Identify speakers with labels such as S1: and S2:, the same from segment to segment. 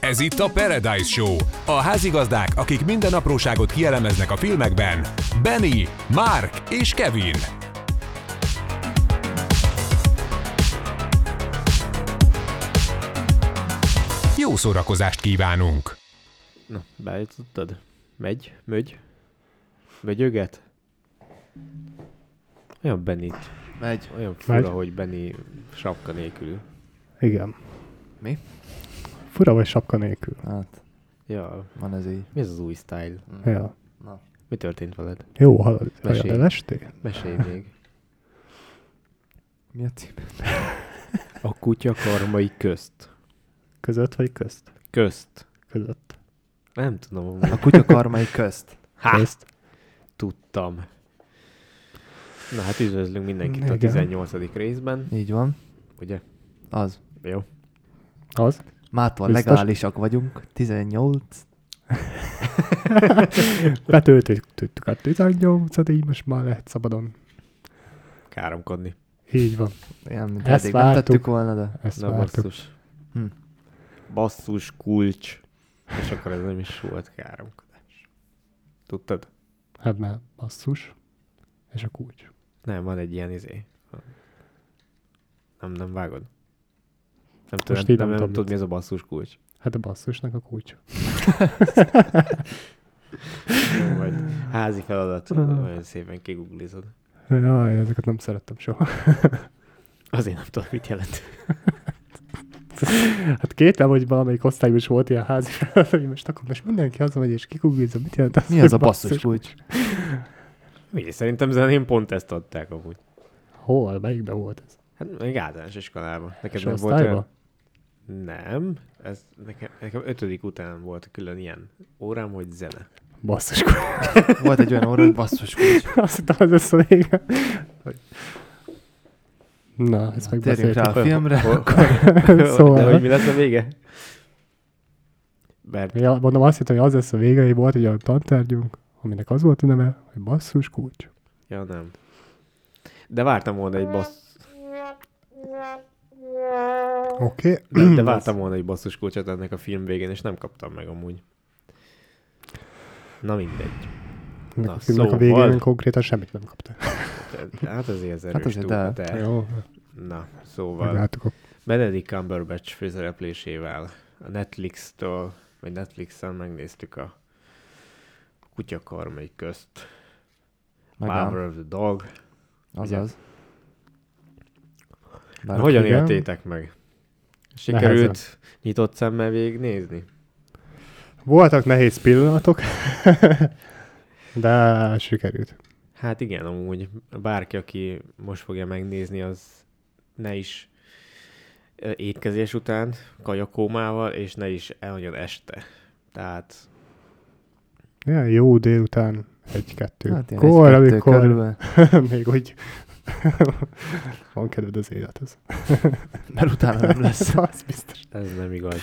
S1: Ez itt a Paradise Show. A házigazdák, akik minden apróságot kielemeznek a filmekben. Benny, Mark és Kevin. Jó szórakozást kívánunk!
S2: Na, beállítottad? Megy? Mögy? Mögyöget? Olyan Benit.
S3: Megy.
S2: Olyan fura,
S4: Megy.
S2: hogy Benny sapka nélkül.
S4: Igen.
S3: Mi?
S4: Fura vagy sapka nélkül.
S3: Hát,
S2: Ja,
S3: van ez így.
S2: mi ez az új style?
S4: Ja.
S3: Na.
S2: Mi történt veled?
S4: Jó, halad.
S2: Mesélj.
S4: Olyan lestél?
S2: Mesélj még.
S3: Mi a cím?
S2: A kutya karmai közt.
S4: Között vagy közt?
S2: Közt.
S4: Között.
S2: Nem tudom, amúgy.
S3: A kutya karmai közt.
S2: Há!
S4: Közt.
S2: Tudtam. Na hát üdvözlünk mindenkit a
S4: Igen.
S2: 18. részben,
S3: Így van.
S2: ugye?
S3: Az.
S2: Jó.
S4: Az?
S3: Mától
S4: Biztos?
S3: legálisak vagyunk. 18.
S4: Betöltöttük a 18 így most már lehet szabadon.
S2: Káromkodni.
S4: Így van.
S3: Ilyen, mint
S4: Ezt
S3: eddig nem
S4: vártuk.
S3: tettük volna, de...
S4: Ezt
S2: Na
S4: vártuk.
S2: basszus.
S3: Hm.
S2: Basszus kulcs. És akkor ez nem is volt káromkodás. Tudtad?
S4: Hát már basszus. És a kulcs.
S2: Nem, van egy ilyen izé. Nem, nem vágod. Nem tudom,
S4: Most
S2: nem,
S4: így
S2: nem,
S4: nem
S2: nem
S4: tudom,
S2: tudod,
S4: mit.
S2: mi ez a basszus kulcs.
S4: Hát a basszusnak a kulcs.
S2: Vagy házi feladat. Olyan szépen kiguglizod.
S4: Jaj, ezeket nem szerettem soha.
S2: Azért nem tudod, mit jelent.
S4: Hát kétlem, hogy valamelyik osztályban is volt ilyen házi feladat, hogy most akkor most mindenki haza megy és kikugilizza, mit jelent az,
S3: Mi
S4: hogy
S3: az a basszus kulcs?
S2: Ugye, szerintem zenén pont ezt adták amúgy.
S4: Hol? Melyikben volt ez?
S2: Hát még általános iskolában. Neked
S4: És
S2: nem volt olyan?
S4: osztályban?
S2: Nem. Ez nekem, nekem ötödik után volt külön ilyen órám, hogy zene.
S4: Basszus kulcs.
S3: Volt egy olyan óra, hogy basszus kulcs.
S4: Azt hittem, az lesz a vége. Na, ezt
S3: Térjünk rá
S4: megbeszéltük.
S3: a filmre.
S2: Hol-
S4: Szóval.
S2: De hogy mi lesz a vége? Mert
S4: Ja, mondom, azt hittem, hogy az lesz a vége, hogy volt egy olyan tantárgyunk, aminek az volt a neve, hogy basszus kulcs.
S2: Ja, nem. De vártam volna egy bassz...
S4: Oké.
S2: De, de vártam volna egy basszus kulcsot ennek a film végén, és nem kaptam meg amúgy. Na mindegy.
S4: Ennek
S2: Na,
S4: a filmnek a végén
S2: szóval-
S4: konkrétan semmit nem kaptál.
S2: Hát azért ez erős
S3: Hát azért,
S2: túl,
S3: de-
S2: de...
S4: Jó,
S2: Na, szóval
S4: meglátjuk. a-
S2: Benedict Cumberbatch főszereplésével a Netflix-től, vagy Netflixen megnéztük a kutyakarmai közt.
S3: Megám.
S2: Power of the Dog.
S3: Azaz.
S2: Na,
S3: Bár
S2: Hogyan
S4: igen.
S2: éltétek meg? Sikerült
S4: Nehezen.
S2: nyitott szemmel végignézni?
S4: Voltak nehéz pillanatok, de sikerült.
S2: Hát igen, amúgy bárki, aki most fogja megnézni, az ne is ö, étkezés után, kajakómával, és ne is elhagyjon este. Tehát
S4: Ilyen jó délután, egy-kettő.
S3: Hát ilyen
S4: Kor,
S3: egy-kettő
S4: amikor
S3: körülbelül.
S4: még úgy van kedved az élethez.
S3: Mert utána nem lesz.
S4: az biztos.
S2: ez nem igaz.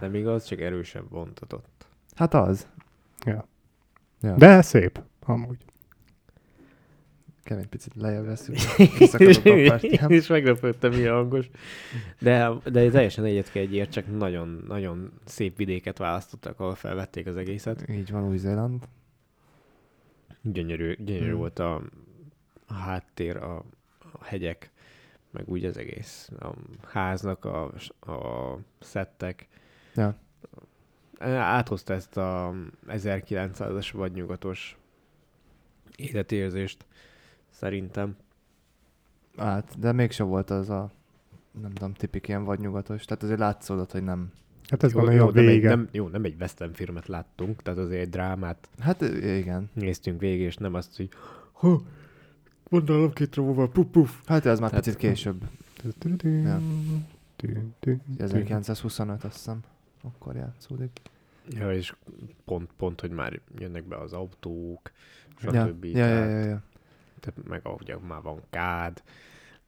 S2: Nem igaz, csak erősen vontatott.
S3: Hát az.
S4: Ja.
S3: Ja.
S4: De szép, amúgy.
S3: Kevin picit lejjebb veszünk. Visszakapott a
S2: Én
S3: pártyám.
S2: is meglepődtem, milyen hangos. De, de teljesen egyet kell egyért, csak nagyon, nagyon szép vidéket választottak, ahol felvették az egészet.
S3: Így van, Új-Zéland.
S2: Gyönyörű, gyönyörű
S3: Mm.
S2: volt a, a háttér, a, a hegyek, meg úgy az egész. A háznak a, a szettek.
S3: Ja.
S2: Áthozta ezt a 1900-as vagy nyugatos életérzést, szerintem.
S3: Hát, de mégsem volt az a nem tudom, tipik ilyen vagy nyugatos. Tehát azért látszódott, hogy nem.
S4: Hát ez van
S2: jó,
S4: olyan
S2: nem, egy,
S4: vége.
S2: nem, jó, nem egy western filmet láttunk, tehát azért egy drámát
S3: Hát ö, igen.
S2: néztünk végig, és nem azt, hogy ha, mondálom két rovóval, puf, puf.
S3: Hát az már
S2: Tehát-
S3: picit később. Ja. 1925 azt hiszem. Akkor játszódik.
S2: Ja, és pont, pont, hogy már jönnek be az autók,
S3: Ja.
S2: stb.
S3: Ja, ja, ja, ja.
S2: Tehát meg ahogy már van kád,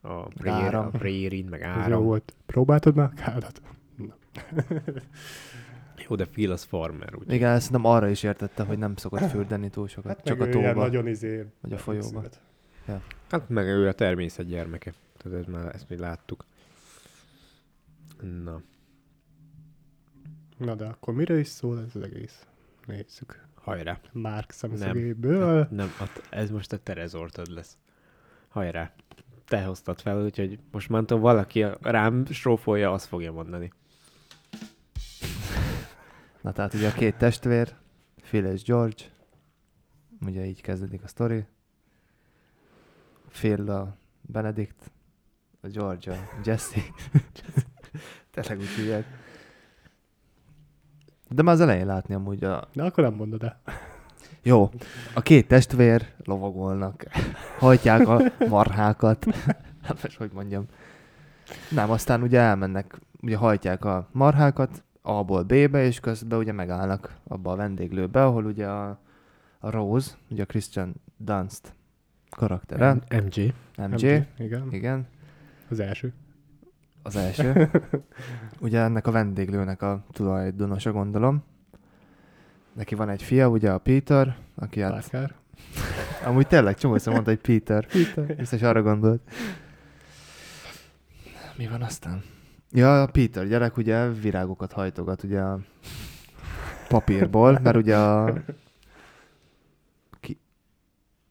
S2: a, prér,
S3: Áram.
S2: a prérin, meg
S4: Ez jó
S2: áram. Jó,
S4: volt. Próbáltad már? Kádat.
S3: Hát
S2: jó, de Phil az farmer, úgy.
S3: Igen, ezt nem arra is értette, hogy nem szokott fürdeni túl sokat.
S4: Hát
S3: csak a tóba.
S4: izé...
S3: Vagy a folyóba.
S2: Hát meg ő a természet gyermeke. Tehát ez már, ezt mi láttuk. Na.
S4: Na de akkor mire is szól ez az egész? Nézzük.
S2: Hajrá.
S4: Márk szemszögéből.
S2: Nem, hát ez most a terezortod lesz. Hajrá. Te hoztad fel, úgyhogy most már tudom, valaki a- rám strófolja, azt fogja mondani.
S3: Na tehát ugye a két testvér, Phil és George, ugye így kezdődik a sztori. Phil a Benedict, a George a Jesse. Tényleg úgy hívják. De már az elején látni amúgy a...
S4: De akkor nem mondod el.
S3: Jó, a két testvér lovagolnak, hajtják a marhákat. Hát most hogy mondjam. Nem, aztán ugye elmennek, ugye hajtják a marhákat A-ból B-be, és közben ugye megállnak abba a vendéglőbe, ahol ugye a, a Rose, ugye a Christian Dunst karaktere,
S2: MG.
S3: MJ,
S4: Igen,
S3: igen,
S4: az első.
S3: az első. Ugye ennek a vendéglőnek a tulajdonosa, gondolom. Neki van egy fia, ugye a Peter, aki hát
S4: Parker.
S3: Amúgy tényleg csomószor mondta, hogy Peter.
S4: Peter.
S3: Biztos arra gondolt. Mi van aztán? Ja, a Peter gyerek ugye virágokat hajtogat ugye a papírból, mert ugye a... Ki?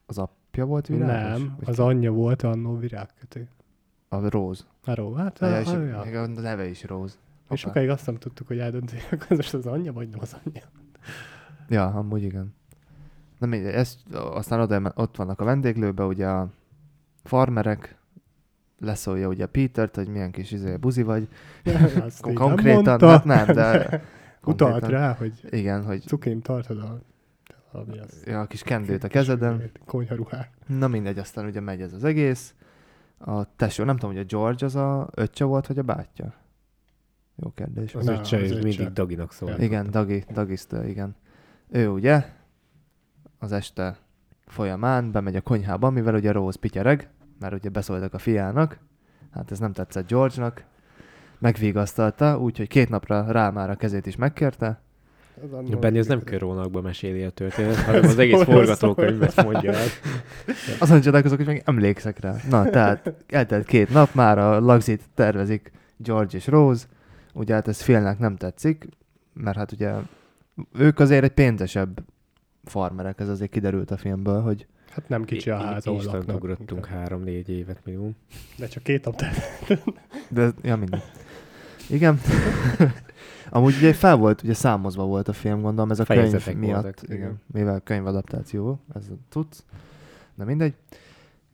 S3: Az apja volt virágos?
S4: Nem,
S3: Vagy
S4: az
S3: ki?
S4: anyja volt annó virágkötő.
S3: A Rose.
S4: Arról, hát
S3: Ja,
S4: a,
S3: és
S4: a, a,
S3: még a neve is Rose.
S4: És
S3: Hoppá.
S4: sokáig azt nem tudtuk, hogy eldönteni, akkor ez most az anyja, vagy nem az anyja.
S3: Ja, amúgy igen. Na mindegy, ezt, aztán oda, ott vannak a vendéglőben, ugye a farmerek, leszólja ugye Petert, hogy milyen kis izé, buzi vagy.
S4: Azt
S3: Kon-
S4: így
S3: konkrétan,
S4: nem mondta,
S3: hát nem, de konkrétan-
S4: Utalt rá, Szóval hogy
S3: Igen, hogy
S4: cukim tartod a... Ami az
S3: ja, a kis kendőt a kezeden.
S4: Konyharuhát.
S3: Na mindegy, aztán ugye megy ez az egész. A tesó, nem tudom, hogy a George az a öccse volt, vagy a bátyja? Jó kérdés.
S2: Az
S4: Na,
S2: öccse
S4: az
S2: is
S4: öccse.
S2: mindig Daginak szól.
S3: Igen, Dagi, Dagisztől, igen. Ő ugye az este folyamán bemegy a konyhába, mivel ugye Rose pityereg, mert ugye beszóltak a fiának, hát ez nem tetszett George-nak, megvigasztalta, úgyhogy két napra rá már a kezét is megkérte.
S2: Benni az nem körónakba meséli a történetet, hanem az egész forgatókönyvet mondja el.
S3: Azon csodálkozok, hogy még emlékszek rá. Na, tehát eltelt két nap, már a lagzit tervezik George és Rose, ugye hát ez félnek nem tetszik, mert hát ugye ők azért egy pénzesebb farmerek, ez azért kiderült a filmből, hogy
S4: Hát nem kicsi a
S2: I- i-
S4: ház, ahol
S2: Istent
S4: laknak.
S2: ugrottunk három-négy évet minimum.
S4: De csak két nap telt.
S3: De, ja, mindegy. Igen. Amúgy ugye fel volt, ugye számozva volt a film, gondolom, ez a
S2: Fejezetek
S3: könyv miatt.
S2: voltak,
S3: igen.
S2: igen.
S3: Mivel könyvadaptáció, ez tudsz. Na mindegy.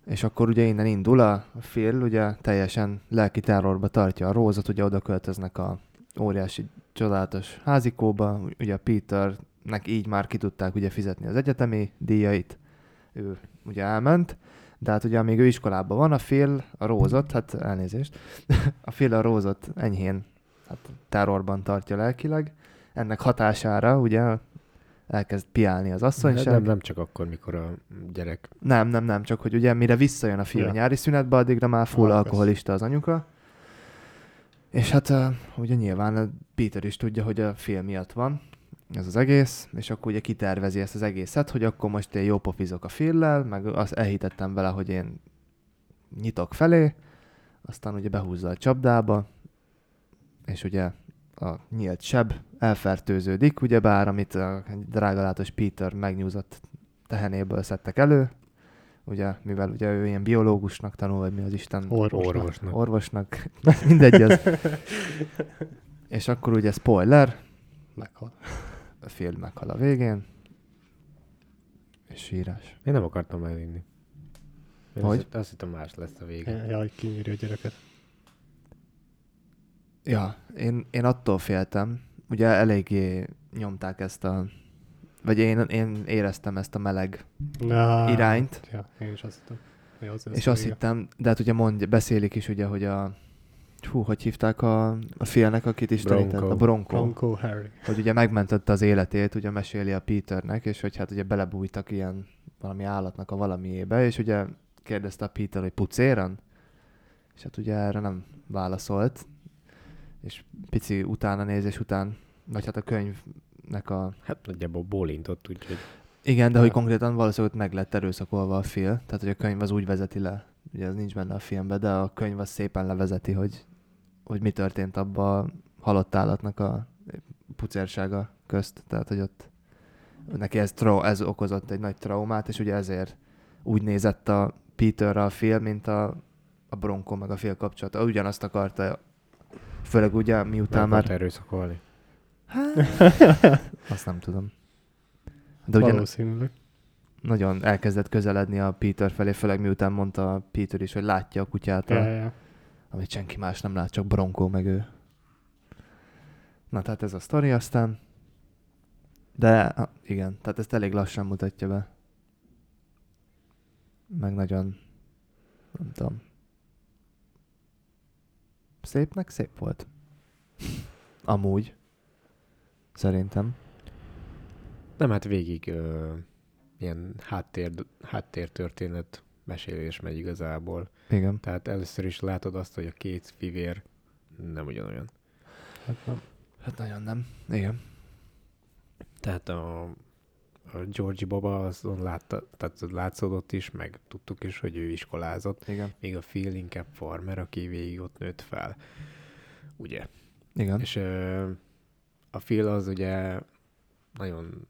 S3: És akkor ugye innen indul a Phil, ugye teljesen lelki terrorba tartja a rózat, ugye oda költöznek a óriási csodálatos házikóba, ugye a Peternek így már ki tudták ugye fizetni az egyetemi díjait, ő ugye elment, de hát ugye amíg ő iskolában van, a Phil a rózat, hát elnézést, a Phil a rózat enyhén hát terrorban tartja lelkileg, ennek hatására ugye elkezd piálni
S2: De
S3: az
S2: nem,
S3: asszonyság.
S2: nem csak akkor, mikor a gyerek
S3: Nem, nem, nem, csak hogy ugye mire visszajön a fiú
S4: Ja.
S3: ja. nyári szünetbe, addigra már full
S4: Ah,
S3: alkoholista az anyuka. És hát ö, ugye nyilván a Peter is tudja, hogy a film miatt van ez az egész, és akkor ugye kitervezi ezt az egészet, hogy akkor most én jó pofizok a fillel, meg azt elhitettem vele, hogy én nyitok felé, aztán ugye behúzza a csapdába, és ugye a nyílt seb elfertőződik, ugye bár amit a drágalátos Peter megnyúzott tehenéből szedtek elő, ugye, mivel ugye ő ilyen biológusnak tanul, vagy mi az Isten
S4: Orvos.
S2: orvosnak.
S3: orvosnak, mindegy az. És akkor ugye spoiler,
S4: Meghal.
S3: a film meghal a végén, és sírás.
S2: Én nem akartam elinni. Én
S3: Hogy?
S2: Azt, azt hittem más lesz a vége.
S4: Jaj, kinyírja a gyereket.
S3: Ja, én, én attól féltem, ugye eléggé nyomták ezt a, vagy én, én éreztem ezt a meleg
S4: Na.
S3: irányt,
S4: Ja, én is azt hittem. hogy az lesz
S3: és
S4: a
S3: azt
S4: vége.
S3: hittem, de hát ugye mondja, beszélik is ugye, hogy a, hú, hogy hívták a, a félnek, akit is
S2: Bronco.
S3: tanített? A Bronco.
S4: Bronco Harry.
S3: hogy ugye megmentette az életét, ugye meséli a Peternek, és hogy hát ugye belebújtak ilyen valami állatnak a valamiébe, és ugye kérdezte a Peter, hogy pucéran? És hát ugye erre nem válaszolt, és pici utána nézés után, vagy hát a könyvnek a...
S2: Hát nagyjából bólintott, úgyhogy
S3: Igen, de hogy
S2: Ja.
S3: konkrétan valószínűleg meg lett erőszakolva a fél, tehát hogy a könyv az úgy vezeti le, ugye ez nincs benne a filmben, de a könyv az szépen levezeti, hogy, hogy mi történt abban a halott állatnak a pucérsága közt, tehát hogy ott neki ez, trau- ez okozott egy nagy traumát, és ugye ezért úgy nézett a Peterre a film, mint a, a Bronco meg a fél kapcsolata. Ugyanazt akarta, főleg ugye miután
S2: Nem
S3: már...
S2: már... erőszakolni.
S3: Azt nem tudom.
S4: De
S3: De ugye
S4: Valószínűleg.
S3: nagyon elkezdett közeledni a Peter felé, főleg miután mondta a Peter is, hogy látja a kutyát,
S4: Ja,
S3: a,
S4: ja, ja.
S3: amit senki más nem lát, csak Bronco meg ő. Na tehát ez a sztori aztán. De ah, igen, tehát ezt elég lassan mutatja be. Meg nagyon, nem tudom. Szépnek szép volt. Amúgy. Szerintem.
S2: Nem, hát végig ö, ilyen háttér, háttértörténet mesélés megy igazából.
S3: Igen.
S2: Tehát először is látod azt, hogy a két fivér nem ugyanolyan.
S4: Hát nem.
S3: Hát nagyon nem. Igen.
S2: Tehát a, a Georgie Baba azon látta, tehát látszódott is, meg tudtuk is, hogy ő iskolázott,
S3: Igen.
S2: még a Phil inkább farmer, aki végig ott nőtt fel. Ugye?
S3: Igen.
S2: És ö, a Phil az ugye nagyon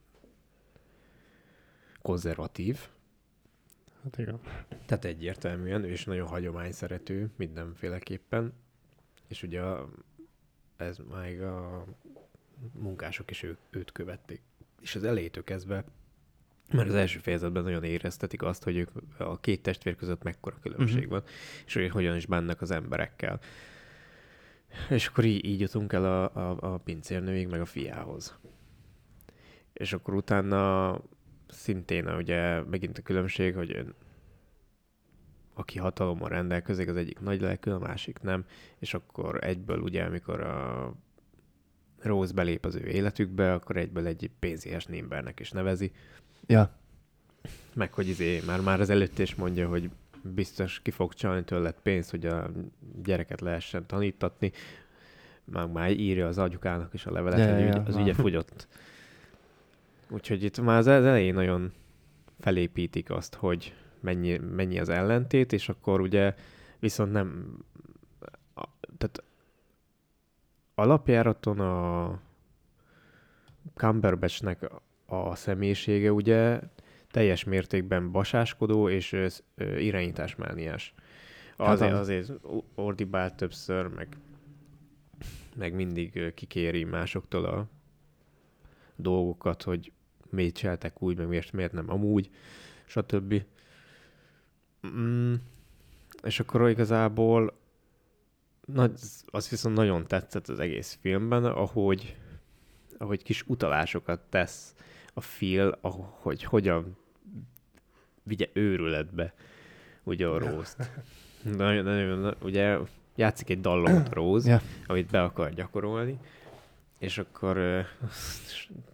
S2: konzervatív,
S4: Hát igen.
S2: tehát egyértelműen, ő is nagyon hagyomány szerető mindenféleképpen, és ugye a- ez meg a munkások is ő, őt követték. És az elejétől kezdve, mert az első fejezetben nagyon éreztetik azt, hogy ők a két testvér között mekkora különbség
S3: Mhm.
S2: uh-huh. van, és hogy hogyan is bánnak az emberekkel. És akkor így, így jutunk el a, a, a pincérnőig, meg a fiához. És akkor utána szintén ugye megint a különbség, hogy aki hatalommal rendelkezik, az egyik nagy lelkű, a másik nem, és akkor egyből ugye, amikor a Rose belép az ő életükbe, akkor egyből egy pénzéhes némbernek is nevezi,
S3: Ja.
S2: meg hogy izé, már, már az előtt is mondja, hogy biztos ki fog csalni tőled pénzt, hogy a gyereket lehessen tanítatni, már, már írja az agyukának is a levelet,
S3: Ja,
S2: hogy
S3: ja,
S2: ügy,
S3: ja,
S2: az
S3: már.
S2: ügye fogyott. Úgyhogy itt már az az elején nagyon felépítik azt, hogy mennyi, mennyi az ellentét, és akkor ugye viszont nem... A, tehát alapjáraton a Cumberbatchnek a személyisége ugye teljes mértékben basáskodó és ö, sz- ö, irányításmániás.
S3: Hát
S2: Azért,
S3: az.
S2: azért o- ordibál többször, meg, meg mindig ö, kikéri másoktól a dolgokat, hogy miért csinálták úgy, meg miért, miért nem amúgy, stb. Mm, és akkor igazából nagy, az viszont nagyon tetszett az egész filmben, ahogy, ahogy kis utalásokat tesz a film, hogy hogyan vigye őrületbe ugye a rózt. Nagyon, nagyon, na- ugye játszik egy dallont a róz,
S3: Ja.
S2: yeah. amit be akar gyakorolni, és akkor ö,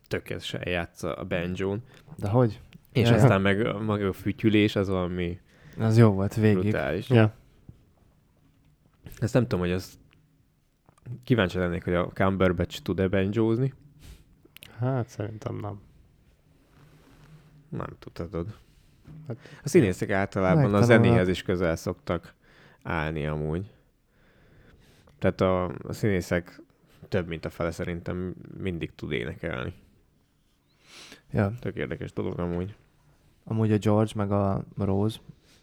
S2: tökéletesen játsza a banjón,
S3: De hogy?
S2: és
S3: Ja, ja.
S2: aztán meg a- maga a fütyülés, az valami
S3: Az jó volt végig.
S2: brutális.
S4: Ja.
S2: Ezt nem tudom, hogy az kíváncsi lennék, hogy a Cumberbatch tud-e banjózni.
S4: Hát szerintem nem.
S2: Nem tudhatod.
S4: Hát-
S2: A színészek általában a
S3: Megtanulnak.
S2: zenéhez is közel szoktak állni amúgy. Tehát a, a színészek több, mint a fele szerintem mindig tud énekelni.
S3: Ja.
S2: Tök érdekes dolog amúgy.
S3: Amúgy a George meg a Rose,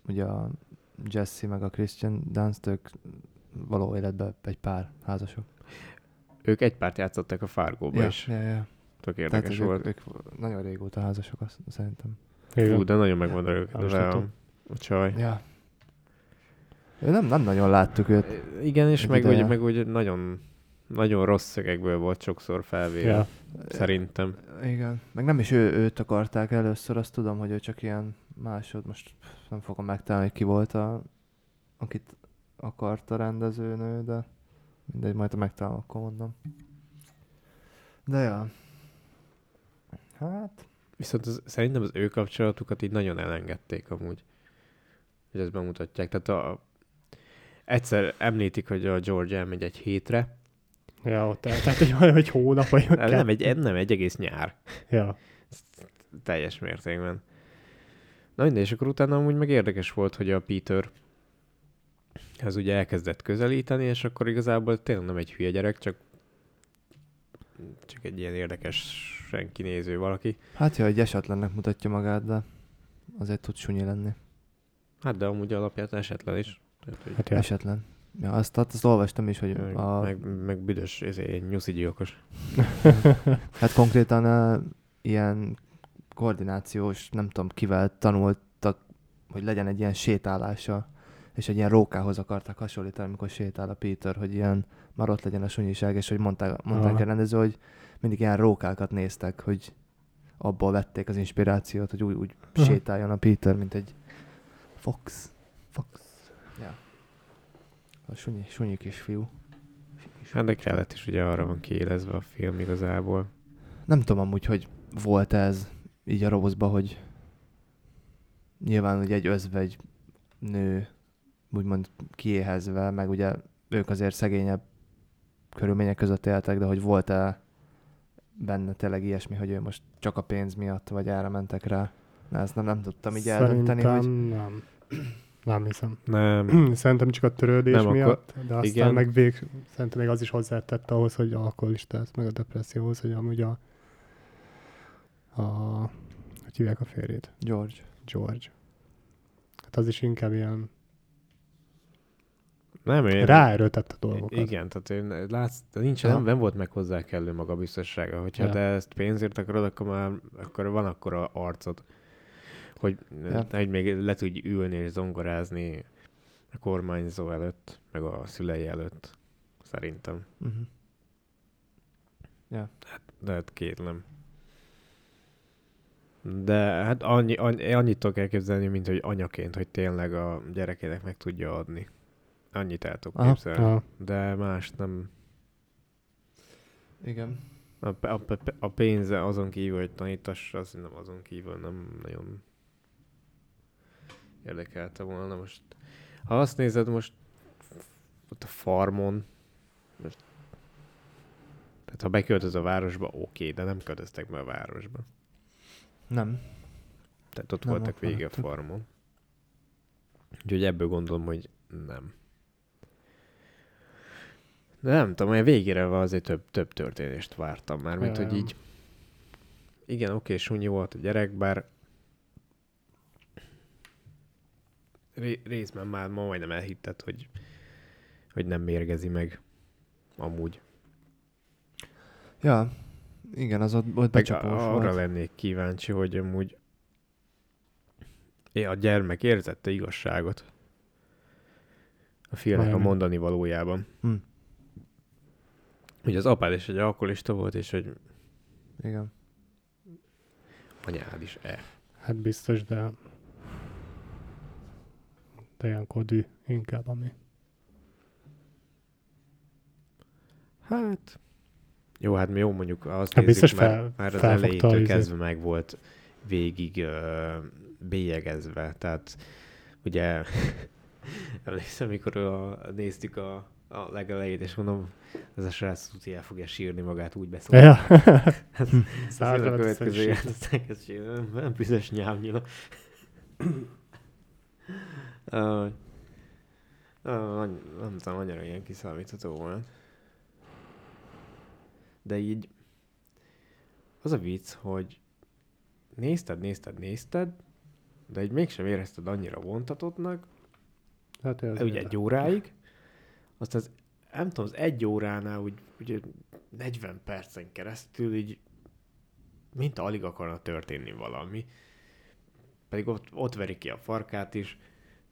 S3: ugye a Jesse meg a Christian Dunst, ők való életben egy pár házasok.
S2: Ők egy párt játszottak a Fargo-ba
S3: Ja,
S2: is.
S3: ja, ja.
S2: Tök
S3: Tehát
S2: érdekes
S3: ők,
S2: volt.
S3: ők, ők nagyon régóta házasok, azt szerintem.
S4: Igen.
S2: Fú, de nagyon megvan
S4: Most
S2: rögtön a,
S4: tudom.
S2: a csaj.
S3: Ja. Ő nem, nem nagyon láttuk őt.
S2: Igen, és
S3: Egy
S2: meg
S3: ideje.
S2: úgy, meg úgy nagyon, nagyon rossz szögekből volt sokszor felvéve,
S4: Ja.
S2: yeah. szerintem.
S3: Igen. Meg nem is ő, őt akarták először, azt tudom, hogy ő csak ilyen másod, most nem fogom megtalálni, hogy ki volt a, akit akart a rendezőnő, de mindegy, majd ha megtalálom, akkor mondom. De ja. Hát,
S2: Viszont az, szerintem az ő kapcsolatukat így nagyon elengedték amúgy, hogy ezt bemutatják. Tehát a, egyszer említik, hogy a George elmegy egy hétre,
S4: Ja, ott el, tehát egy, egy hónap vagy ott
S2: nem, nem, egy, nem egy egész nyár,
S4: Ja.
S2: teljes mértékben. Na mindegy, és akkor utána amúgy meg érdekes volt, hogy a Peter ez ugye elkezdett közelíteni, és akkor igazából tényleg nem egy hülye gyerek, csak csak egy ilyen érdekes senki néző valaki.
S3: Hát, ja, egy esetlennek mutatja magát, de azért tud sunyi lenni.
S2: Hát de amúgy alapját esetlen is. Tehát, hogy
S4: Hát ja.
S3: Esetlen. Ja, azt, hát azt olvastam is, hogy
S2: meg,
S3: a,
S2: meg, meg büdös, ez egy nyuszi gyilkos.
S3: hát konkrétan uh, ilyen koordinációs, nem tudom kivel tanultak, hogy legyen egy ilyen sétálása, és egy ilyen rókához akarták hasonlítani, amikor sétál a Peter, hogy ilyen már ott legyen a sunyiság, és hogy mondták, mondták
S4: Aha.
S3: a rendező, hogy mindig ilyen rókákat néztek, hogy abból vették az inspirációt, hogy úgy, úgy
S4: Aha.
S3: sétáljon a Peter, mint egy fox. Fox. Ja. A sunyi, sunyi kisfiú.
S2: Hát de kellett is, ugye arra van kiélezve a film igazából.
S3: Nem tudom amúgy, hogy volt -e ez így a roboszba, hogy nyilván ugye egy özvegy nő úgymond kiéhezve, meg ugye ők azért szegényebb körülmények között éltek, de hogy volt-e benne tényleg ilyesmi, hogy ő most csak a pénz miatt, vagy erre mentek rá. Na, ezt nem, nem tudtam így eldönteni, hogy
S4: nem. Nem hiszem.
S2: Nem,
S4: Hmm, Szerintem csak a törődés
S2: Nem,
S4: nem,
S2: akkor-
S4: miatt, akkor... de aztán
S2: igen.
S4: igen. meg vég, szerintem még az is hozzátett ahhoz, hogy alkoholistát, meg a depresszióhoz, hogy amúgy a, a hogy hívják a férjét?
S3: George.
S4: George. Hát az is inkább ilyen
S2: nem én.
S4: ráerőltette a dolgokat.
S2: Igen, tehát én látsz, de nincs,
S3: Aha.
S2: nem, nem volt meg hozzá kellő magabiztossága. Hogyha ja.
S4: Ja.
S2: te ezt pénzért akarod, akkor már akkor van akkor a arcod, hogy, ja.
S3: Ja.
S2: hogy még le tudj ülni és zongorázni a kormányzó előtt, meg a szülei előtt, szerintem.
S3: Uh-huh.
S2: De hát kétlem. De hát annyi, annyi, annyit tudok elképzelni, mint hogy anyaként, hogy tényleg a gyerekének meg tudja adni. Annyit el tudok
S3: Aha.
S2: képzelni.
S4: Ah,
S2: De más nem,
S3: Igen.
S2: A, pe- a, pe- a pénze azon kívül, hogy tanítassa, azt nem azon kívül nem nagyon érdekelte volna most. Ha azt nézed most ott a farmon, most, tehát ha beköltöz a városba, oké, de nem költöztek be a városba.
S3: Nem.
S2: Tehát ott
S3: Nem,
S2: voltak
S3: ott
S2: végig a
S3: maradtak.
S2: farmon. Úgyhogy ebből gondolom, hogy nem. De nem tudom, én végére azért több, több történést vártam már, mint hogy
S4: Em.
S2: így... Igen, oké, okay, sunyi volt a gyerek, bár ré- részben már ma majdnem elhitted, hogy, hogy nem mérgezi meg amúgy.
S3: Ja. Igen, az ott, ott
S2: Meg
S3: becsapós
S2: a- arra
S3: volt.
S2: lennék kíváncsi, hogy amúgy é, a gyermek érzette igazságot a filmnek a
S4: Valami.
S2: mondani valójában.
S3: Hm.
S2: Hogy az apád is egy alkoholista volt, és hogy
S3: Igen.
S2: anyád is e.
S4: hát biztos, de de ilyenkor dű inkább, ami
S2: Hát... Jó, hát mi jó mondjuk azt nézzük,
S4: Hát biztos
S2: már,
S4: fel-
S2: már az
S4: felfogta
S2: elejétől
S4: izé.
S2: kezdve meg volt végig ö, bélyegezve. Tehát ugye emlékszem, amikor a, néztük a, a legelejét, és mondom, ez a srác tuti el fogja sírni magát, úgy beszól.
S4: Ja. hát-
S2: Aztán a
S4: Százalad
S2: következő
S4: szerint.
S2: ját, aztán elkezd sírni. nem büzes nyávnyila. Ö, ö, any- nem tudom, annyira ilyen kiszámítható volt. De így az a vicc, hogy nézted, nézted, nézted, de így mégsem érezted annyira vontatottnak,
S4: Hát ez
S2: ugye egy óráig, azt az, nem tudom, az egy óránál úgy, ugye 40 percen keresztül így, mint alig akarna történni valami. Pedig ott, ott veri ki a farkát is,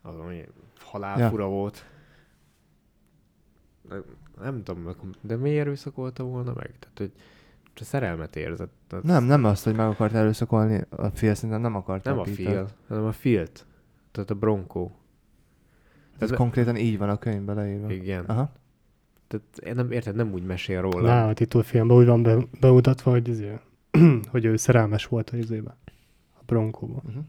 S2: az ami halálfura ja. volt. De, nem tudom, de miért erőszakolta volna meg? Tehát, hogy csak szerelmet érzett. Tehát
S3: Nem, nem azt, hogy meg akart erőszakolni, a fél szerintem nem akart.
S2: nem a Phil, hanem a Filt. Tehát a Bronco.
S3: Ez
S2: Ez-
S3: konkrétan így van a könyvben leírva.
S2: Igen.
S3: Aha.
S2: Tehát én nem érted, nem úgy mesél róla.
S4: Na, a titulfilmben úgy van be, bemutatva, hogy, izé, hogy ő szerelmes volt a izébe, a bronkóba.
S3: Uh-huh.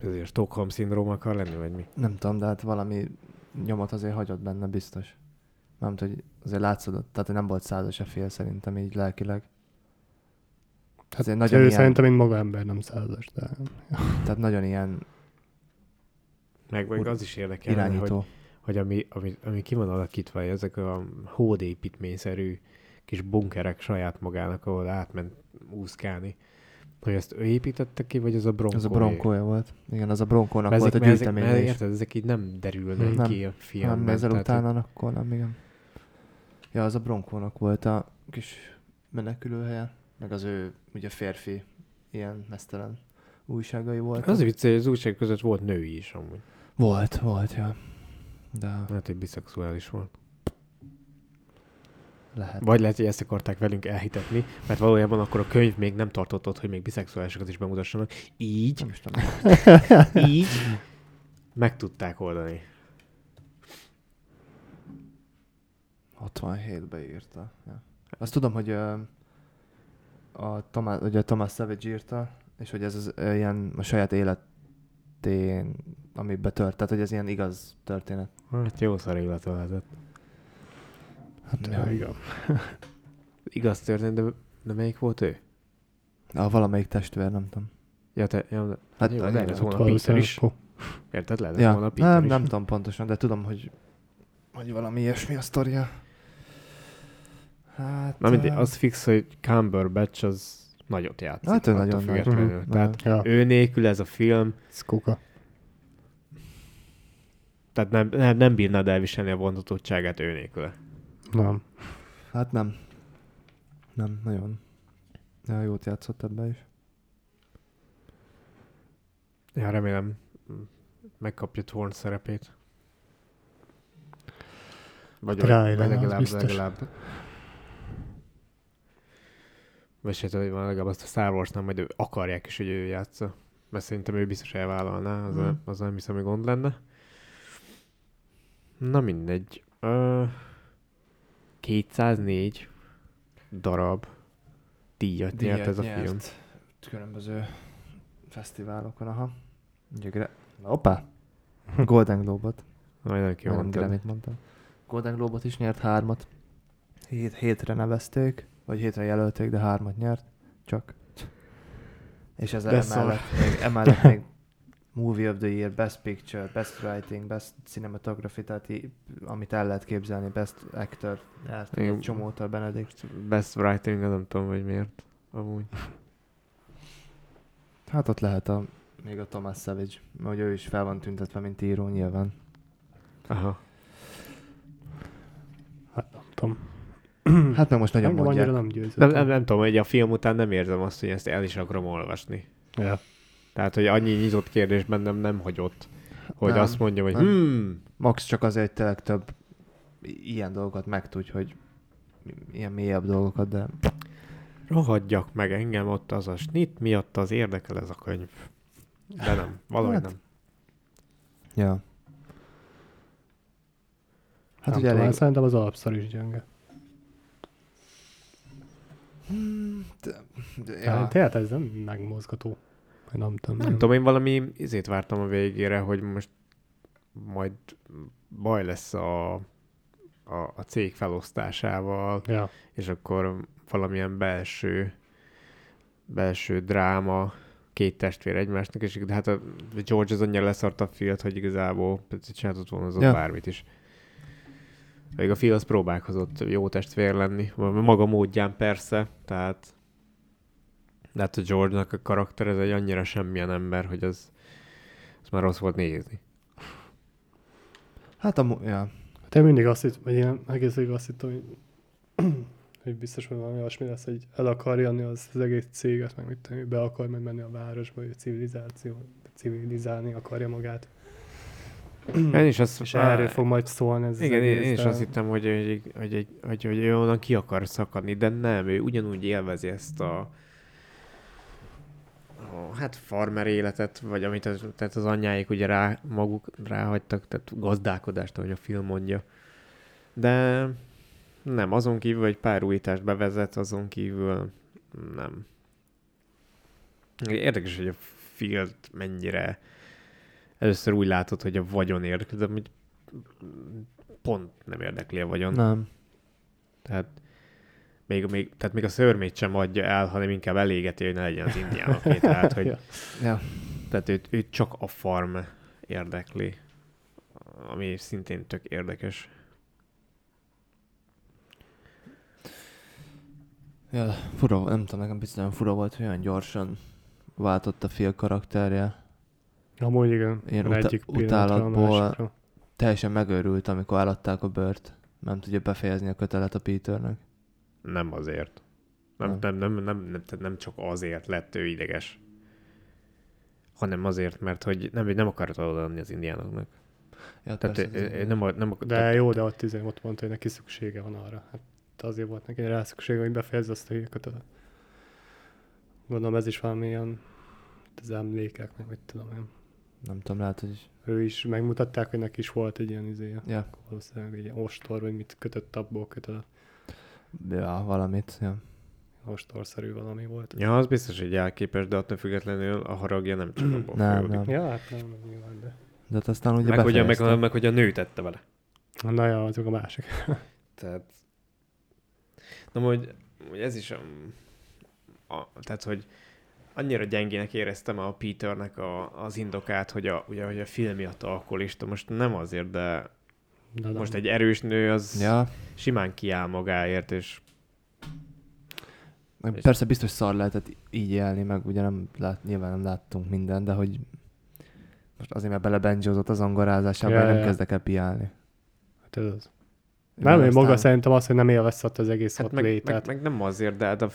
S2: Ezért Stockholm szindróma akar lenni, vagy mi?
S3: Nem tudom, de hát valami nyomot azért hagyott benne biztos. Nem tudom, hogy azért látszódott, tehát nem volt százas a fél szerintem így lelkileg. Hát azért
S4: Nagyon ő
S3: nagyon
S4: ilyen.
S3: ilyen,
S4: szerintem, mint maga ember nem százas, de hát,
S3: tehát nagyon ilyen
S2: Meg, meg
S3: Ur-
S2: az is érdekel, hogy,
S3: irányító.
S2: hogy ami, ami, ami ki van alakítva, ezek a hódépítményszerű kis bunkerek saját magának, ahol átment úszkálni. Hogy ezt ő építette ki, vagy az a bronkó?
S3: Az a bronkója volt. Igen, az a bronkónak volt a
S2: ezek, mert
S3: gyűjteménye is.
S2: érted, ezek így nem derülnek
S3: Nem.
S2: ki a
S3: Nem,
S2: filmben.
S3: ezzel
S2: tehát,
S3: utána akkor nem, igen. Ja, az a bronkónak volt a kis menekülőhelye, meg az ő ugye férfi ilyen mesztelen újságai volt.
S2: Az vicc, hogy az újság között volt női is amúgy.
S3: Volt, volt, ja. De
S2: Lehet, hogy biszexuális volt.
S3: lehet.
S2: Hát- Vagy lehet, hogy ezt akarták velünk elhitetni, mert valójában akkor a könyv még nem tartott ott, hogy még biszexuálisokat is bemutassanak. Így,
S3: Nem is tudom.
S2: így meg tudták oldani.
S3: 67-be írta. Ja. Azt tudom, hogy ö, a Tomás, ugye Thomas Savage írta, és hogy ez az ö, ilyen a saját életén, ami betört, tehát hogy ez ilyen igaz történet.
S2: Hát jó szar élet lehetett.
S3: Hát,
S4: Ja, igen.
S2: Igaz történet, de, de melyik volt ő?
S3: A valamelyik testvér, nem tudom.
S2: Ja, te, ja, de,
S3: Hát,
S2: hát jó,
S3: igen,
S2: lehet
S3: ott
S2: volna Peter
S4: Valószínűleg
S2: is.
S4: akkor
S2: Érted? Lehet
S3: ja.
S2: volna Peter
S3: nem,
S2: is.
S3: nem tudom pontosan, de tudom, hogy, hogy valami ilyesmi a sztoria. Hát,
S2: Na mindegy,
S3: ö,
S2: az fix, hogy Cumberbatch az nagyot játszik.
S3: Hát ő
S2: attól
S3: nagyon nagy.
S2: függetlenül.
S4: Mhm.
S2: Tehát
S4: Ja,
S2: Hát, ő nélkül ez a film,
S4: ez kuka.
S2: tehát nem, nem, nem bírnád elviselni a vontatottságát ő nélküle.
S4: Nem.
S3: Hát nem. Nem, nagyon. Ja, jót játszott ebbe is.
S2: Ja, remélem mm, megkapja Thorn szerepét. Vagy,
S4: Hát
S2: vagy
S4: rájön, az
S2: legalább,
S4: biztos.
S2: legalább. Vagy se tudom, hogy van, legalább azt a Star wars nem majd ő akarják is, hogy ő játsza. Mert szerintem ő biztos elvállalná, az,
S3: Mhm.
S4: Hmm.
S2: mm. az nem hiszem, hogy gond lenne. Na mindegy. Ö, 204 darab díjat, díjat nyert ez a
S3: nyert
S2: film.
S3: Különböző fesztiválokon, aha. Ugye, Gra- Na, Hoppá! Golden Globot.
S2: Majd nagyon
S3: Jó, nem
S2: kimondtad.
S3: Grammy-t mondtam. Golden Globot is nyert hármat. Hét, hétre nevezték, vagy hétre jelölték, de hármat nyert. Csak. És ez
S2: De szar.
S3: emellett még, emellett még Movie of the Year, Best Picture, Best Writing, Best Cinematography, tehát í- amit el lehet képzelni, Best Actor, nyert
S2: Igen.
S3: egy csomót a Benedict.
S2: Best writing, nem tudom, hogy miért. Amúgy.
S3: Hát ott lehet a, még a Thomas Savage, mert ugye ő is fel van tüntetve, mint író nyilván.
S2: Aha.
S4: Hát nem tudom.
S3: Hát meg most nagyon
S4: Engem annyira
S3: mondják.
S4: nem győzött.
S2: Nem, nem, nem tudom, hogy a film után nem érzem azt, hogy ezt el is akarom olvasni.
S4: Ja.
S2: Tehát, hogy annyi nyitott kérdés bennem nem hagyott, hogy
S3: Nem,
S2: nem, azt mondjam, hogy
S3: nem.
S2: hmm,
S3: Max csak azért hogy tényleg több i- ilyen dolgokat megtudj, hogy mi- ilyen mélyebb dolgokat, de
S2: rohadjak meg engem ott az a snit miatt az érdekel ez a könyv. De nem, valahogy
S3: Hát,
S2: hát, nem.
S3: ja. Hát
S2: Nem
S3: ugye
S4: Elég.
S3: elég,
S4: Szerintem az alapszar is gyenge. Ja.
S3: ja,
S4: Tehát Hát, ez nem megmozgató. Vagy Nem tudom.
S2: Nem tudom, én valami izét vártam a végére, hogy most majd baj lesz a, a, a cég felosztásával,
S4: Ja.
S2: és akkor valamilyen belső, belső dráma, két testvér egymásnak, és de hát a George az annyira leszart a fiat, hogy igazából csinálhatott volna az ott
S3: Ja.
S2: ja. bármit is. Még a Phil az próbálkozott jó testvér lenni, maga módján persze, tehát de hát a George-nak a karakter ez egy annyira semmilyen ember, hogy az, az már rossz volt nézni.
S3: hát amú, ja.
S4: Hát én mindig azt hittem, vagy én egész végig azt hittem, hogy, hogy biztos, hogy valami olyasmi lesz, hogy el akar jönni az, az egész céget, meg mit tudom, én, be akar majd menni a városba, hogy civilizáció, civilizálni akarja magát.
S2: Én is azt,
S4: Hmm. És erről fog majd szólni ez az
S2: Igen, én,
S4: egész,
S2: én is
S4: de-
S2: azt hittem, hogy, hogy, hogy, hogy, hogy, hogy ő onnan ki akar szakadni, de nem, ő ugyanúgy élvezi ezt a, a hát farmer életet, vagy amit az, tehát az anyáik ugye rá, maguk ráhagytak, tehát gazdálkodást, ahogy a film mondja. De nem, azon kívül, hogy pár újítást bevezet, azon kívül nem. Érdekes, hogy a field mennyire először úgy látod, hogy a vagyon érdekli, de amúgy pont nem érdekli a vagyon. Na.
S3: Nem.
S2: Tehát még, még, tehát még a szörmét sem adja el, hanem inkább elégeti, hogy ne legyen az indiánoké. Tehát, hogy,
S4: Ja.
S3: Ja.
S2: tehát őt, őt csak a farm érdekli. ami szintén tök érdekes.
S3: Ja, fura, nem tudom, nekem picit olyan fura volt, hogy olyan gyorsan váltott a fél karakterje.
S4: Amúgy igen,
S3: Ilyen
S4: van
S3: uta-
S4: egyik pillanatra a
S3: utálatból-
S4: másikra.
S3: Teljesen megőrült, amikor eladták a bört. Nem tudja befejezni a kötelet a Peternek.
S2: Nem azért. Nem, nem, nem, nem, nem, tehát nem csak azért lett ő ideges, hanem azért, mert hogy nem, nem akart odaadni az indiánoknak.
S3: Ja,
S2: Tehát
S3: persze,
S2: ő,
S3: ez-
S2: ő, nem, a- nem, akar-
S4: De jó, de ott izé, ott mondta, hogy neki szüksége van arra. Hát azért volt neki rá szüksége, hogy befejezze azt a hírkat. Gondolom ez is valami ilyen hát az emlékek, meg mit tudom én.
S3: Nem tudom, lehet, hogy...
S4: Ő is megmutatták, hogy neki is volt egy ilyen izéje.
S3: Ja,
S4: Valószínűleg egy ilyen ostor, vagy mit kötött abból kötött.
S3: ja valamit, ja.
S4: Ostorszerű valami volt.
S2: Ja, az biztos, hogy elképes, de attól függetlenül a haragja nem csak abból
S3: Nem,
S2: nem, nem.
S3: nem.
S4: Ja, hát nem, nem nyilván, de...
S3: De hát aztán ugye
S2: Meg, hogy a, meg,
S3: befejezte.
S2: a- meg, hogy a nő tette vele.
S4: Na ja, azok a másik.
S2: Tehát, na hogy, hogy ez is, um, a, tehát, hogy annyira gyengének éreztem a Peternek a, az indokát, hogy a, ugye, hogy a film miatt alkoholista, most nem azért, de
S4: Na,
S2: most
S4: nem.
S2: egy erős nő az ja.
S3: Ja,
S2: simán kiáll magáért, és
S3: meg
S2: És-
S3: persze biztos szar lehetett így élni, meg ugye nem lát, nyilván nem láttunk mindent, de hogy most azért, mert belebenjózott az angorázásába,
S4: Ja,
S3: ja, nem
S4: ja.
S3: kezdek el piálni.
S4: Hát ez az. Nem, én
S3: Aztán-
S4: maga szerintem azt, hogy nem élvezte ott az egész
S2: hát
S4: hát
S2: meg,
S4: létet.
S2: meg, meg, nem azért, de hát a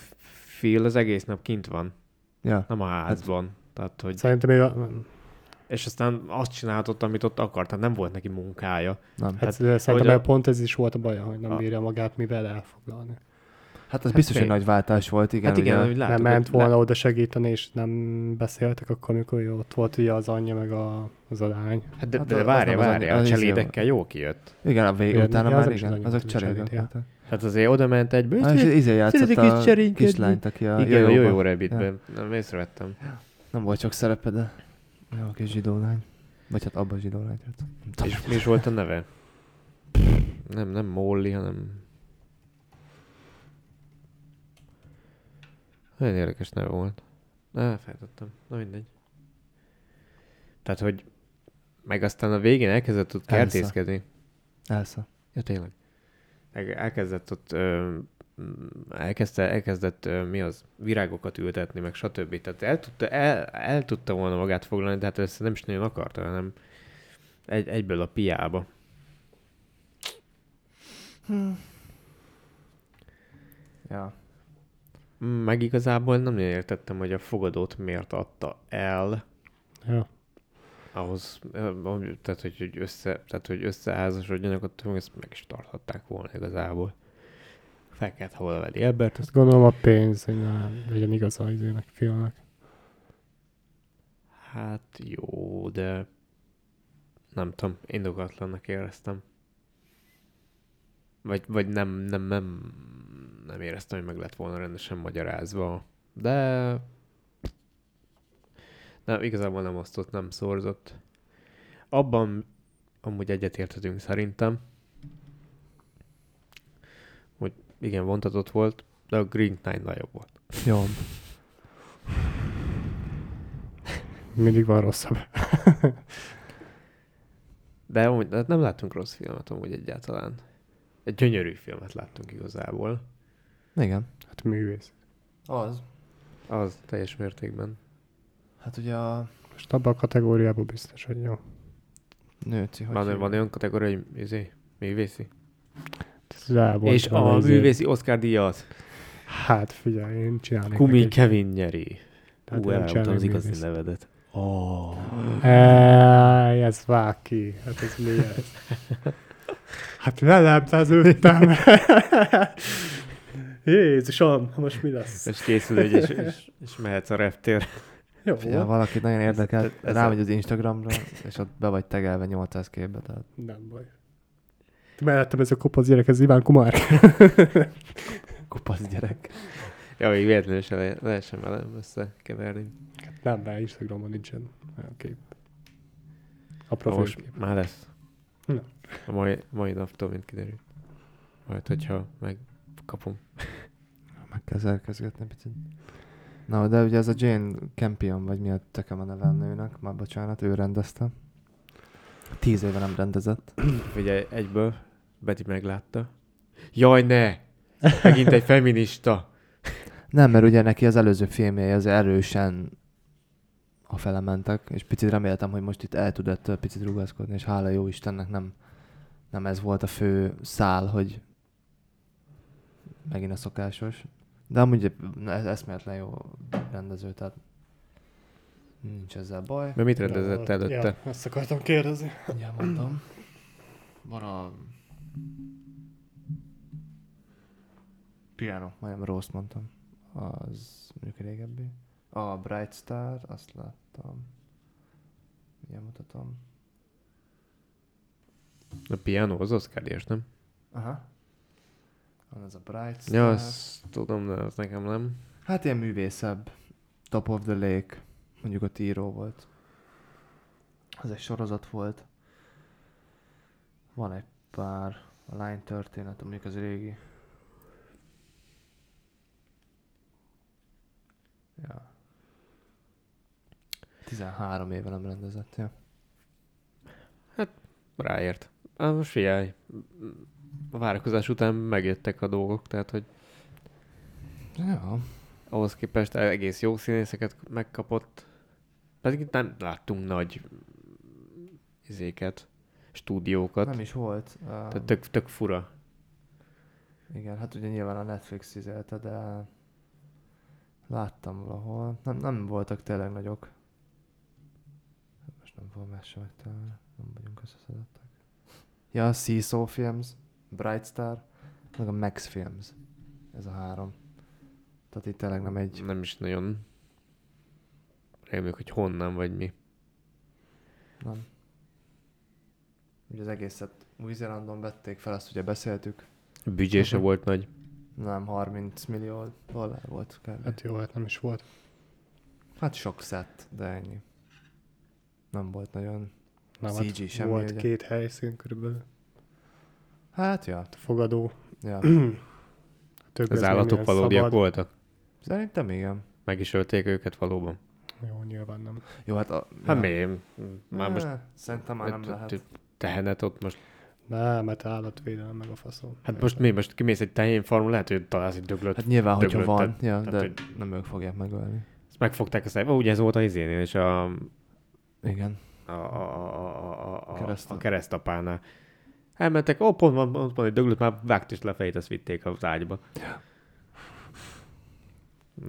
S2: Phil az egész nap kint van,
S3: Ja,
S2: nem a házban. Tehát, hogy,
S4: Szerintem ő, a-
S2: és aztán azt csinálhatott, amit ott akart, tehát nem volt neki munkája.
S3: nem.
S4: hát,
S2: Hát,
S4: szerintem
S2: hogy a-
S4: a... pont ez is volt a baja, hogy nem
S2: A-
S4: bírja magát mivel elfoglalni.
S3: Hát az
S2: Hát
S3: biztos, hogy
S2: fél.
S3: nagy váltás volt, igen.
S2: hát igen,
S3: ugye,
S2: ahogy
S4: Látok,
S2: látod,
S4: nem ment
S2: hogy
S4: volna oda segíteni, és nem beszéltek akkor, amikor ő ott volt ugye az anyja, meg a, az a lány.
S2: Hát de,
S3: Hát
S2: de
S3: az
S2: várja,
S3: nem az
S2: várja,
S3: annyi-
S2: a
S3: az izé
S2: cselédekkel jó kijött.
S3: igen, a vég,
S4: igen,
S3: utána
S4: igen,
S3: már
S4: azok is
S3: igen,
S4: nagyon
S3: azok
S4: cserélik,
S3: cserélők
S4: ja.
S3: voltak.
S2: Hát azért oda ment egyből.
S3: Hát, és izé játszott
S2: szeretek itt
S3: a
S2: cserélkedni.
S3: kislányt, aki a
S2: igen, jó, jó, jó
S3: jojóba.
S2: Rabbitben. Nem észrevettem.
S3: Nem volt sok szerepe, de jó kis zsidó lány. Vagy hát abban a zsidó lány. volt. Nem tudom.
S2: És mi is volt a neve? Nem, nem Molly, hanem... Nagyon érdekes neve volt. Na, feltettem. Na mindegy. Tehát, hogy meg aztán a végén elkezdett ott
S3: Elsa.
S2: kertészkedni.
S3: Elsa.
S2: Ja, tényleg. Meg elkezdett ott, ö, m, elkezdte, elkezdett ö, mi az, virágokat ültetni, meg stb. Tehát el tudta, el, el tudta volna magát foglalni, de hát ezt nem is nagyon akarta, hanem egy, egyből a piába.
S3: Ja.
S2: Meg igazából nem nagyon értettem, hogy a fogadót miért adta el
S4: Ja.
S2: ahhoz, ö, hogy- tehát hogy, hogy, össze, tehát, hogy összeházasodjanak, ott ezt meg is tarthatták volna igazából. Fel kellett volna venni Ebert,
S4: Azt gondolom a pénz, hogy nem legyen igaza az ének filmnek.
S2: Hát jó, de nem tudom, indokatlannak éreztem. Vagy, vagy nem, nem, nem, nem éreztem, hogy meg lett volna rendesen magyarázva. De nem, igazából nem osztott, nem szorzott. Abban amúgy egyetértetünk szerintem, hogy igen, vontatott volt, de a Green Knight nagyobb volt.
S3: Jó.
S4: Mindig van rosszabb.
S2: De amúgy, de nem láttunk rossz filmet amúgy egyáltalán. Egy gyönyörű filmet láttunk igazából.
S3: Igen.
S4: Hát művész.
S3: Az.
S2: Az teljes mértékben.
S3: Hát ugye a
S4: Most abban a kategóriában biztos, hogy jó.
S3: nőci, hogy
S2: Van,
S3: hívják?
S2: van olyan kategória, hogy izé, művészi.
S4: Ez rá volt
S2: És a
S4: valami izé.
S2: művészi Oscar díjat
S4: Hát figyelj, én csinálnék
S2: Kumi
S4: neki.
S2: Kevin nyeri.
S4: Tehát
S2: Ú,
S4: én
S2: elmondtam
S4: csinálnék
S2: az igazi
S4: művészt.
S2: nevedet. Oh.
S4: Ej, ez vág ki. Hát ez mi ez? Hát lelebb az ültem. Jézusom, most mi lesz?
S2: És készül, hogy és, és, és mehetsz a reptér.
S4: Jó,
S3: Figyelj, valakit nagyon érdekel,
S2: ez- ez-
S3: rámegy az Instagramra, és ott be vagy tegelve 800 képbe, tehát
S4: nem baj. Mellettem ez a kopasz gyerek, ez Iván Kumár.
S3: kupasz gyerek.
S2: Ja, még véletlenül se le, lehessen velem összekeverni.
S4: Hát Nem, rá Instagramon nincsen olyan kép. A
S2: Na,
S4: profil
S2: most
S4: kép.
S2: már lesz.
S4: Na.
S2: A mai, mai naptól, mint kiderül. Majd, hogyha megkapom.
S3: Meg kell szerkezgetni picit. Na, de ugye ez a Jane Campion, vagy mi a tököm a neve a nőnek, már bocsánat, ő rendezte. Tíz éve nem rendezett.
S2: Figyelj, egyből Betty meglátta. Jaj, ne! Megint egy feminista!
S3: Nem, mert ugye neki az előző filmjei az erősen a felementek, és picit reméltem, hogy most itt el tud ettől picit rugaszkodni, és hála jó Istennek nem, nem ez volt a fő szál, hogy megint a szokásos. De amúgy egy- ez eszméletlen jó rendező, tehát nincs ezzel baj.
S2: Mert mit rendezett előtte?
S4: Ja, ezt akartam kérdezni.
S3: Mindjárt mondom. Van a... Piano. Majdnem rossz mondtam. Az mondjuk régebbi. A Bright Star, azt láttam. Mindjárt mutatom.
S2: A piano az oscar nem?
S3: Aha. Van ez a Bright Star.
S2: Ja, azt tudom, de az nekem nem.
S3: Hát ilyen művészebb. Top of the Lake. Mondjuk ott író volt. Ez egy sorozat volt. Van egy pár. A lány történet, mondjuk az régi. Ja. 13 éve nem rendezett, ja.
S2: Ráért. Hát most figyelj, a várakozás után megjöttek a dolgok, tehát hogy
S3: Ja.
S2: ahhoz képest egész jó színészeket megkapott. Pedig itt nem láttunk nagy izéket, stúdiókat.
S3: Nem is volt. Uh,
S2: Tehát tök, tök fura.
S3: Igen, hát ugye nyilván a Netflix izelte, de láttam valahol. Nem, nem voltak tényleg nagyok. Most nem fogom ezt sem megtalálni. Nem vagyunk összeszedettek. Ja, a Seesaw Films, Bright Star, meg a Max Films. Ez a három. Tehát itt tényleg nem egy...
S2: Nem is nagyon reméljük, hogy honnan vagy mi.
S3: Nem. Ugye az egészet Új-Zélandon vették fel, azt ugye beszéltük.
S2: Büdzsése
S3: Mhm.
S2: volt nagy.
S3: Nem 30 millió dollár volt kb.
S4: Hát jó, hát nem is volt.
S3: Hát sok szett, de ennyi. Nem volt nagyon.
S4: Nem,
S3: CG
S4: hát
S3: semmi,
S4: volt
S3: ugye?
S4: két helyszín körülbelül.
S3: Hát, ja.
S4: A fogadó.
S3: ja.
S4: Több
S2: Az
S4: ez nem
S2: állatok
S4: ilyen
S2: valódiak
S4: szabad.
S2: voltak.
S3: Szerintem igen.
S2: Meg is ölték őket valóban.
S4: Jó, nyilván nem.
S3: Jó, hát a...
S2: Hát
S3: ja.
S2: mi? Már most
S3: Eh, Szerintem már nem
S2: t-
S3: lehet.
S2: t- tehenet ott most.
S4: Nem, mert állatvédelem meg a faszom.
S2: Hát most mi? Most kimész egy tehén farmon, lehet, hogy találsz egy döglöt.
S3: Hát nyilván, hogyha
S2: döglött,
S3: van,
S2: tehát-
S3: ja,
S2: tehát,
S3: de nem ők fogják megölni.
S2: Ezt megfogták a szájba. Ugye ez volt a izénél, és a, a,
S3: Igen.
S2: a, a, a, a, a,
S3: Kereszt-
S2: a keresztapánál. Elmentek, ó, pont van, pont van egy döglött, már vágt is le fejét, azt vitték az ágyba.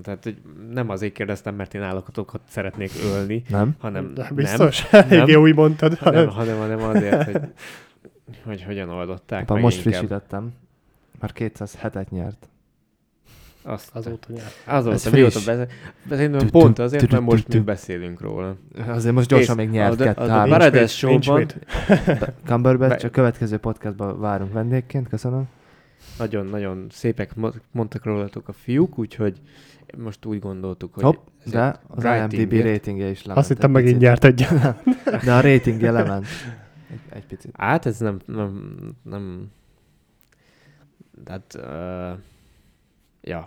S2: Tehát hogy nem azért kérdeztem, mert én állatokat szeretnék ölni,
S3: Nem?
S2: hanem
S4: De
S2: nem,
S4: biztos?
S2: nem.
S4: Eléggé úgy mondtad.
S2: hanem, hanem, hanem azért, hogy, hogy hogyan oldották
S3: Hát
S2: meg
S3: most
S2: inkább.
S3: frissítettem. Már 207-et nyert.
S2: Azt, azóta,
S4: Azóta nyert.
S2: azóta
S3: Ez
S2: mióta
S3: friss.
S2: beszél, beszélünk,
S3: Tü-tü,
S2: pont azért, mert
S3: tü-tü,
S2: most mi
S3: tü-tü.
S2: beszélünk róla.
S3: Azért most gyorsan
S2: Kész.
S3: még
S2: A
S3: nyert
S2: The-
S3: kettő.
S2: a The
S3: három.
S2: Paradise
S4: mit, nincs
S2: Show-ban
S4: mit.
S3: Cumberbatch
S2: Be-
S3: a következő podcastban várunk vendégként, köszönöm.
S2: nagyon-nagyon szépek mo- mondtak rólatok a fiúk, úgyhogy most úgy gondoltuk, hogy
S3: Hopp,
S2: ezért
S3: de az IMDb
S2: ratingért-
S3: ratingje is lement.
S4: Azt hittem
S3: egy
S4: megint
S3: picit.
S4: nyert egy.
S3: De a ratingje lement. Egy, egy picit.
S2: Hát ez nem, nem, nem tehát, uh, ja,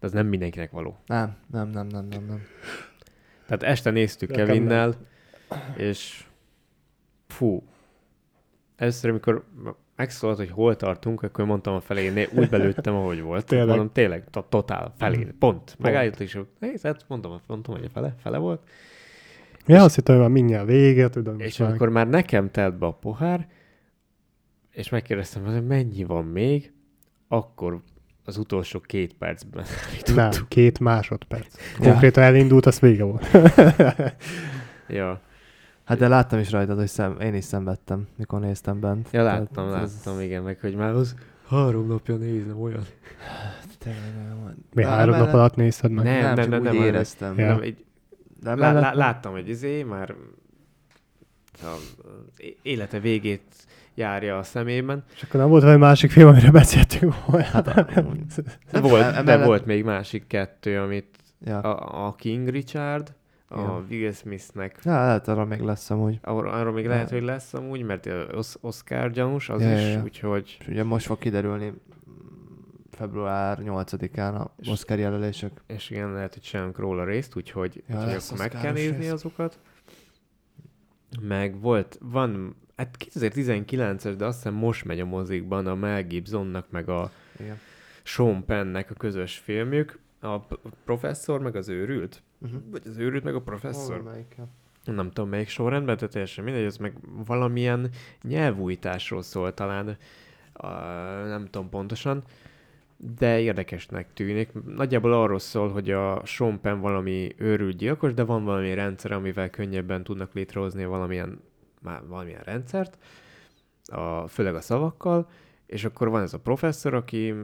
S2: de az nem mindenkinek való.
S3: Nem, nem, nem, nem, nem, nem.
S2: Tehát este néztük
S4: Nekem
S2: Kevinnel, és fú, először, amikor megszólalt, hogy hol tartunk, akkor mondtam a felénél, úgy belőttem, ahogy volt.
S4: Tényleg.
S2: Mondom, tényleg, to- totál, felén, pont. Megállított is, nézd, hát mondom, mondtam, hogy a fele, fele volt.
S4: Ja, azt hittem, hogy már mindjárt vége, tudom.
S2: És
S4: meg.
S2: amikor már nekem telt be a pohár, és megkérdeztem, hogy mennyi van még, akkor az utolsó két percben
S4: Nem,
S2: állítottuk.
S4: két másodperc. Konkrétan elindult, az vége volt.
S2: Ja,
S3: Hát de láttam is rajtad, hogy szem, én is szenvedtem, mikor néztem bent.
S2: ja,
S3: Tehát
S2: láttam,
S3: ez-
S2: láttam, igen, meg hogy már az három napja nézem olyan.
S3: Tényleg nagyon van.
S4: Mi
S3: De
S4: három nap
S3: emellett-
S4: alatt nézted meg?
S2: Nem,
S3: Nem,
S2: nem,
S3: csak
S2: nem,
S3: úgy
S2: nem, nem.
S3: éreztem.
S4: Ja.
S2: Nem, így
S3: De
S2: Lá,
S3: emellett,
S2: Hát lá, láttam egy izé, már a, élete végét járja a szemében.
S4: És akkor nem volt valami másik film, amire beszéltünk volna.
S3: Hát, amúgy.
S2: Volt, de
S3: emellett-
S2: volt még másik kettő, amit
S3: Ja.
S2: a, a King Richard, a
S3: Igen.
S2: Will Smithnek,
S3: ja, lehet arra még lesz amúgy.
S2: arról, arról még lehet, hogy lesz amúgy, mert ö, Osz- Oscar gyanús az ja, is, ja, ja. úgyhogy
S3: És ugye most fog kiderülni mm, február 8-án a Oscar jelölések.
S2: és igen, lehet, hogy sem róla részt, úgyhogy,
S3: Ja,
S2: úgyhogy
S3: lesz
S2: akkor meg kell
S3: Oscaros
S2: nézni
S3: rész.
S2: azokat. Meg volt, van, hát 2019-es, de azt hiszem most megy a mozikban a Mel Gibsonnak, meg a
S3: Igen.
S2: Sean Pennnek a közös filmjük, a p- professzor meg az őrült,
S3: Uh-huh.
S2: vagy az őrült meg a professzor.
S3: Valamelyik, ja.
S2: nem tudom melyik sorrendben, de teljesen mindegy, ez meg valamilyen nyelvújításról szól talán, a, nem tudom pontosan, de érdekesnek tűnik. Nagyjából arról szól, hogy a Sean Penn valami őrült gyilkos, de van valami rendszer, amivel könnyebben tudnak létrehozni valamilyen, már valamilyen rendszert, a, főleg a szavakkal, és akkor van ez a professzor, aki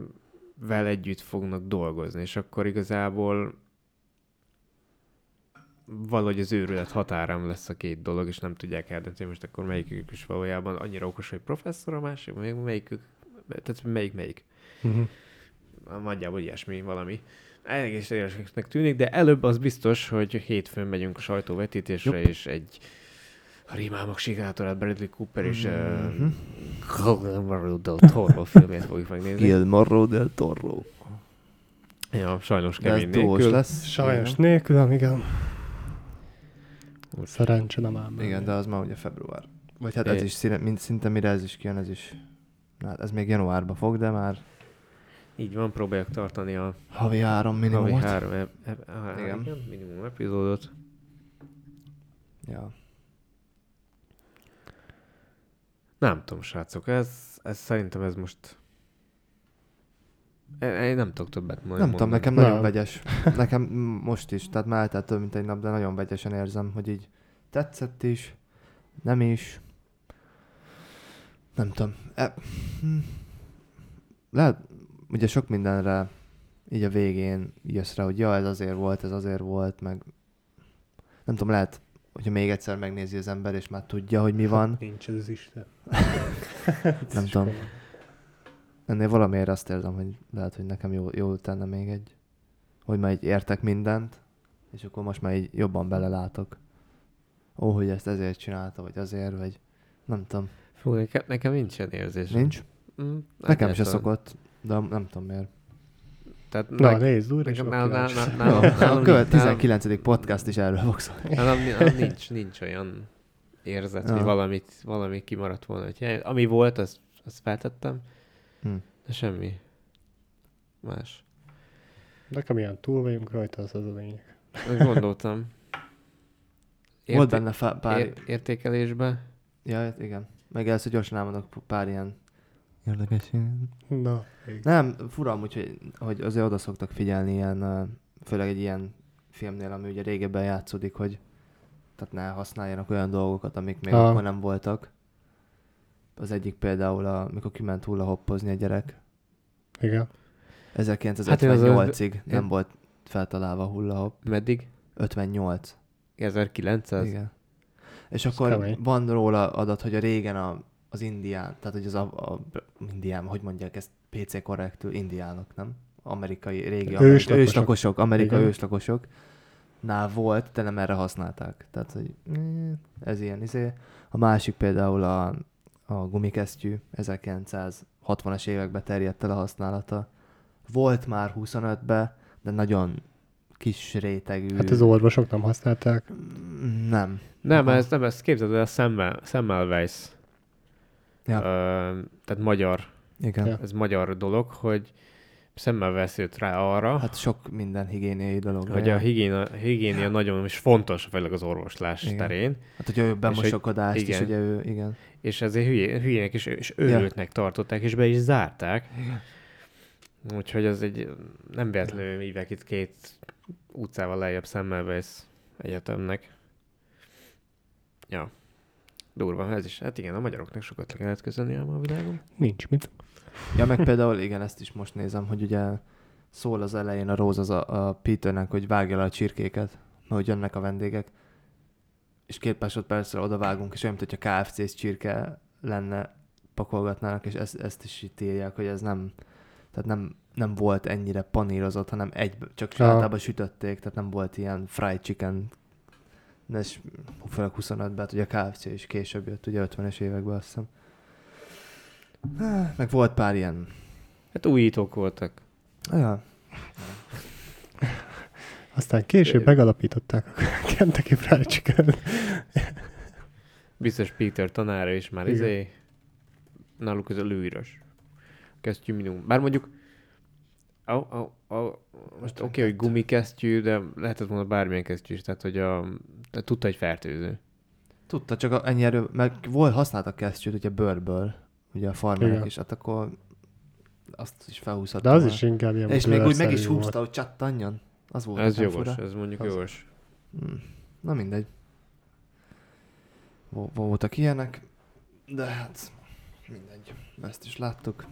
S2: vel együtt fognak dolgozni, és akkor igazából valahogy az őrület határán lesz a két dolog, és nem tudják eldönteni most akkor melyikük is valójában annyira okos, hogy professzor, a másik, még melyikük, tehát melyik melyik.
S4: Uh-huh.
S2: Nagyjából ilyesmi valami. Egész érdekesnek tűnik, de előbb az biztos, hogy hétfőn megyünk a sajtóvetítésre, Jupp. és egy a Rimámok sikátorát Bradley Cooper és
S3: Mhm.
S2: Colin uh, Toro filmjét fogjuk megnézni.
S3: Gilmore del Torro.
S2: Ja, sajnos
S3: De ez
S2: Kevin
S3: duós
S2: nélkül.
S3: lesz.
S4: Sajnos
S3: Igen.
S4: nélkülem, igen.
S2: Úgy.
S4: Szerencse nem Hát ám.
S3: Igen, de az már ugye február. Vagy hát ez
S2: É.
S3: is szinte, mint szinte mire ez is kijön, ez is. Na, hát ez még januárba fog, de már
S2: Így van, próbálják tartani a
S3: havi három minimumot.
S2: Havi három ep- ep- á,
S3: Igen.
S2: igen. minimum epizódot.
S3: Ja.
S2: Nem tudom, srácok, ez, ez szerintem ez most... Én- Én nem tudok többet majd
S3: Nem tudom,
S2: mondani.
S3: nekem
S4: Nem.
S3: nagyon vegyes. Nekem m- most is, tehát már eltelt több mint egy nap, de nagyon vegyesen érzem, hogy így tetszett is, nem is. Nem tudom. E, hm. Lehet, ugye sok mindenre így a végén jössz rá, hogy ja, ez azért volt, ez azért volt, meg nem tudom, lehet, hogyha még egyszer megnézi az ember, és már tudja, hogy mi van.
S4: Nincs ez az Isten.
S3: Nem tudom. Ennél valamiért azt érzem, hogy lehet, hogy nekem jó, jó tenne még egy, hogy már így értek mindent, és akkor most már így jobban belelátok. Ó, hogy ezt ezért csinálta, vagy azért, vagy nem tudom.
S2: Fú, nekem, nekem nincsen érzés.
S3: Nincs?
S2: Mm,
S3: Nekem se
S2: egyáltalán.
S3: szokott, de nem tudom miért.
S2: Tehát ne,
S4: Na,
S2: ne,
S4: nézd úr, és
S2: nekem
S4: már
S2: nálam, nálam,
S4: kíváncsi.
S2: nálam,
S3: Jó,
S2: nálam,
S3: a
S2: nálam,
S3: követ
S2: nincs- nálam,
S3: 19. podcast is erről fog szólni.
S2: nálam, nálam nincs, nincs olyan érzet, hogy
S3: Aha.
S2: valamit, valami kimaradt volna. Hogy hiány- ami volt, azt, azt feltettem,
S3: Hm.
S2: de semmi más.
S4: Nekem ilyen túl vagyunk rajta, az az a lényeg.
S2: Azt Gondoltam.
S3: Volt benne fá- pár...
S2: ér- értékelésbe.
S3: Ja, igen. Meg először gyorsan elmondok pár ilyen érdekes
S4: Na,
S3: Nem, fura amúgy, hogy, hogy azért oda szoktak figyelni ilyen, ö, főleg egy ilyen filmnél, ami ugye régebben játszódik, hogy tehát ne használjanak olyan dolgokat, amik még
S4: Ah.
S3: akkor nem voltak. Az egyik például, a, mikor kiment hullahoppozni a gyerek.
S4: igen.
S2: Hát én Hát az-
S3: 1958-ig nem
S2: én-
S3: volt feltalálva hullahopp.
S2: Meddig?
S3: 58.
S2: 1900?
S3: Igen. És
S4: Ez
S3: akkor
S4: kemény.
S3: van róla adat, hogy a régen a, az indián, tehát hogy az a, a indián, hogy mondják ezt PC korrektül, indiánok, nem? Amerikai, régi
S4: Őslakosok.
S3: amerikai- őslakosok amerikai
S4: Igen.
S3: őslakosok nál volt, de nem erre használták. Tehát, hogy mm, ez ilyen izé. A másik például a, a gumikesztyű, 1960-as években terjedt el a használata. Volt már 25-ben, de nagyon kis rétegű.
S4: Hát az orvosok nem használták.
S3: Mm, Nem.
S2: Nem,
S3: Aha.
S2: ez nem, ezt képzeld el, Szemmel, Szemmelweis.
S3: Ja.
S2: Ö, tehát magyar,
S3: Igen.
S4: Ja.
S2: ez magyar dolog, hogy Szemmelweis jött rá arra, hát,
S3: Hát sok minden higiéniai dolog.
S2: hogy a higiénia, higiénia ja. nagyon is fontos, főleg az orvoslás
S3: Igen.
S2: igen. terén,
S3: Hát, hogy a bemosokodást is,
S2: igen.
S3: ugye ő, igen.
S2: és ezért hülyé, hülyének is, és őrültnek tartották, és be is zárták. Úgyhogy az egy nem véletlenül hívják itt két utcával lejjebb Semmelweis egyetemnek. Ja. Durva, ez is. Hát igen, a magyaroknak sokat le kellett közölni ám a világon.
S4: Nincs mit.
S3: Ja, meg például, igen, ezt is most nézem, hogy ugye szól az elején a Rose az a, a Peternek, hogy vágja le a csirkéket, mert hogy jönnek a vendégek, és két másodpercre oda vágunk, és olyan, mint hogyha KFC-s csirke lenne, pakolgatnának, és ezt, ezt is itt írják, hogy ez nem, tehát nem, nem volt ennyire panírozott, hanem egy, csak
S4: Ja.
S3: általában sütötték, tehát nem volt ilyen fried chicken, de és főleg 25-ben, hát ugye a KFC is később jött, ugye 50-es években azt hiszem. Meg volt pár ilyen
S2: Hát újítók voltak.
S3: Ja.
S4: Aztán később
S2: Ö-
S4: megalapították a Kentucky Fried chicken
S2: Biztos Peter tanára is már
S4: Igen.
S2: izé, náluk ez a lőíros kesztyű minimum. Bár mondjuk, a, a, a, most oké, hogy gumikesztyű, de lehetett volna bármilyen kesztyű is, tehát hogy a, tehát tudta egy fertőző.
S3: Tudta, csak a- ennyi erő, meg volt, használtak kesztyűt, ugye bőrből, ugye a farmerek
S4: Igen.
S3: is, hát akkor azt is felhúzhatta.
S4: De az
S3: volna.
S4: is inkább ilyen
S3: És még úgy meg is
S4: blur-szerű
S3: húzta, hogy csattanjon. Az volt
S2: Ez
S3: nekem
S2: jogos,
S3: fura.
S2: ez mondjuk
S3: Az.
S2: jogos.
S3: Hmm. Na mindegy. Vo- Voltak ilyenek, de hát mindegy. Ezt is láttuk.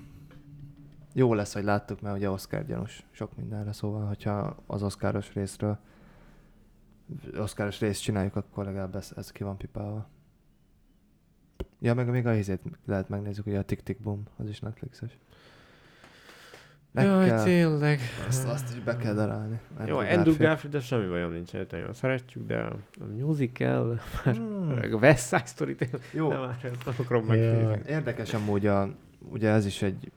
S3: Jó lesz, hogy láttuk, mert ugye Oscar gyanús sok mindenre, szóval, hogyha az Oscaros részről Oscaros részt csináljuk, akkor legalább ez, ez ki van pipálva. Ja, meg még a hízét lehet megnézzük, ugye a Tick Tick Boom, az is Netflixes. Meg
S2: Jaj,
S3: kell, Hát
S2: tényleg.
S3: azt, azt is be kell darálni.
S2: Jó, Andrew Garfield, de semmi bajom nincs, őt nagyon szeretjük, de a musical,
S3: Hmm,
S2: meg a West Side Story, tényleg
S3: jó,
S2: nem már ezt nem akarom
S4: Jaj.
S2: megnézni.
S3: Érdekes amúgy, a, ugye ez is egy,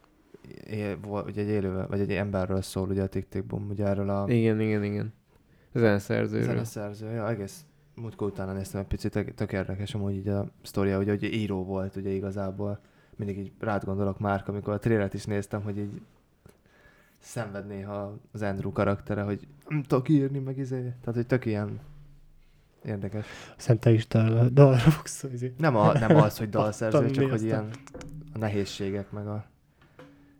S3: él, vol- ugye egy élő, vagy egy emberről szól, ugye a Tick Tick Boom, ugye erről a
S2: Igen, igen, igen. Zeneszerzőről.
S3: zeneszerző, ja, egész múltkor utána néztem egy picit, tök- tök érdekes amúgy így a sztoria, ugye, ugye író volt ugye igazából, mindig így rád gondolok már, amikor a trélet is néztem, hogy így szenved néha az Andrew karaktere, hogy nem tudok írni, meg izé, tehát hogy tök ilyen érdekes.
S4: Aztán te is dal- dalra fogsz izé.
S3: Nem, a, nem az, hogy dalszerző,
S4: Attam mi
S3: csak hogy
S4: aztán?
S3: ilyen a nehézségek, meg a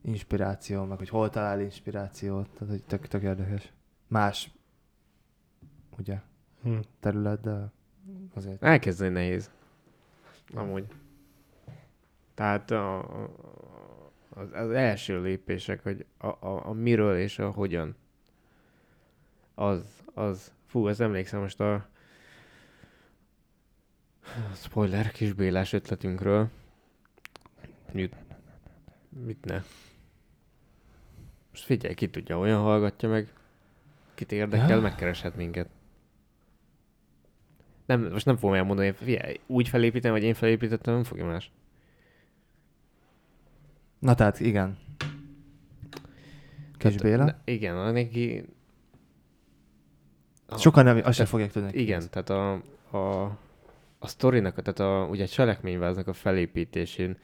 S3: inspiráció, meg hogy hol talál inspirációt, tehát hogy tök, tök érdekes. Más, ugye,
S4: Hm.
S3: terület, de azért.
S2: Elkezdeni nehéz. Amúgy. Tehát a, a- az, az első lépések, hogy a, a, a miről és a hogyan. Az, az. Fú, ez emlékszem most a, a spoiler kis Bélás ötletünkről. Mit, mit ne? Most figyelj, ki tudja, olyan hallgatja meg, kit érdekel,
S3: Ja.
S2: megkereshet minket. Nem, most nem fogom elmondani, figyelj, úgy felépítem, vagy én felépítettem, nem fogja más.
S3: Na tehát igen. Kis
S2: Tehát,
S3: Béla?
S2: ne- igen, a neki... a-
S3: Sokan nem, azt sem fogják tudni. ki
S2: Igen,
S3: ez.
S2: tehát a, a, a sztorinak, tehát a, ugye a cselekményváznak a felépítésén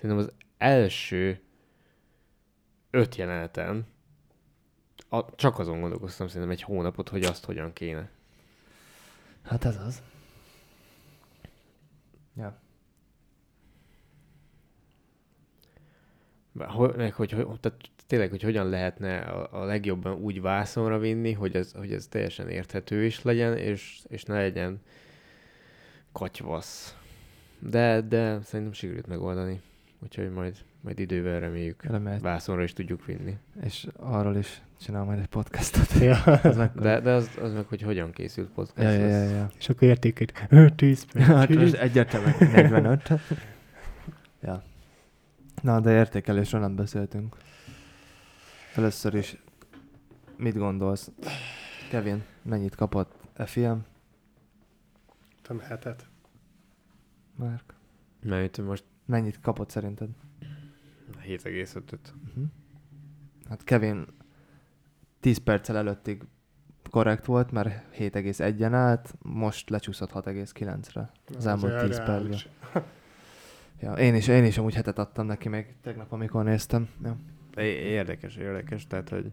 S2: szerintem az első öt jeleneten a, csak azon gondolkoztam szerintem egy hónapot, hogy azt hogyan kéne.
S3: Hát ez az. Ja.
S2: Bár Hogy, meg hogy, hogy, tehát tényleg, hogy hogyan lehetne a, a legjobban úgy vászonra vinni, hogy ez, hogy ez teljesen érthető is legyen, és, és ne legyen katyvasz. De, de szerintem sikerült megoldani. Úgyhogy majd, majd idővel reméljük.
S3: Remélt,
S2: Vászonra is tudjuk vinni.
S3: és arról is csinál majd egy podcastot.
S4: Ja.
S3: Ez mekkora.
S2: De, de az, az meg, hogy hogyan készült podcast.
S3: Ja, ja, ja,
S2: az-
S3: ja.
S4: És akkor értékét. 10
S3: Hát
S4: perc.
S3: most egyértelműen 45. ja. Na, de értékelésről nem beszéltünk. Először is, mit gondolsz? Kevin, mennyit kapott e film?
S4: Nem hetet.
S3: Márk?
S2: Mert itt most
S3: Mennyit kapott szerinted?
S2: 7,5-öt.
S3: Uh-huh. Hát Kevin 10 perccel előttig korrekt volt, mert 7,1-en állt, most lecsúszott 6,9-re. Az elmúlt 10 percben. Ja, én is, én is amúgy hetet adtam neki még tegnap, amikor néztem. Ja.
S2: É- Érdekes, érdekes, tehát, hogy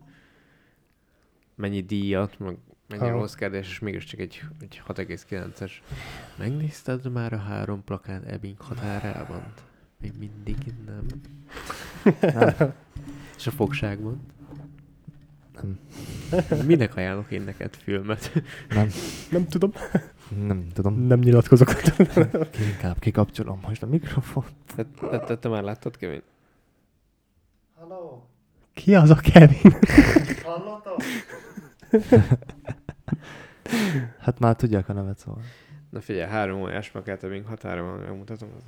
S2: mennyi díjat, meg mennyi
S4: Aha.
S2: Oscar, és mégiscsak egy, egy 6,9-es. Megnézted már a három plakát Ebbing határában? Még mindig nem.
S3: Nem.
S2: És a fogságban?
S3: Nem.
S2: Minek ajánlok én neked filmet?
S3: Nem,
S4: Nem tudom,
S3: nem tudom.
S4: nem nyilatkozok.
S3: Inkább kikapcsolom most a mikrofont.
S2: Te, te, te, te már láttad, Kevin?
S3: Hello,
S4: Ki az a Kevin?
S3: hallottam? hát már tudják a nevet szóval.
S2: Na figyelj, három óriás plakát Ebbing határában, megmutatom. Az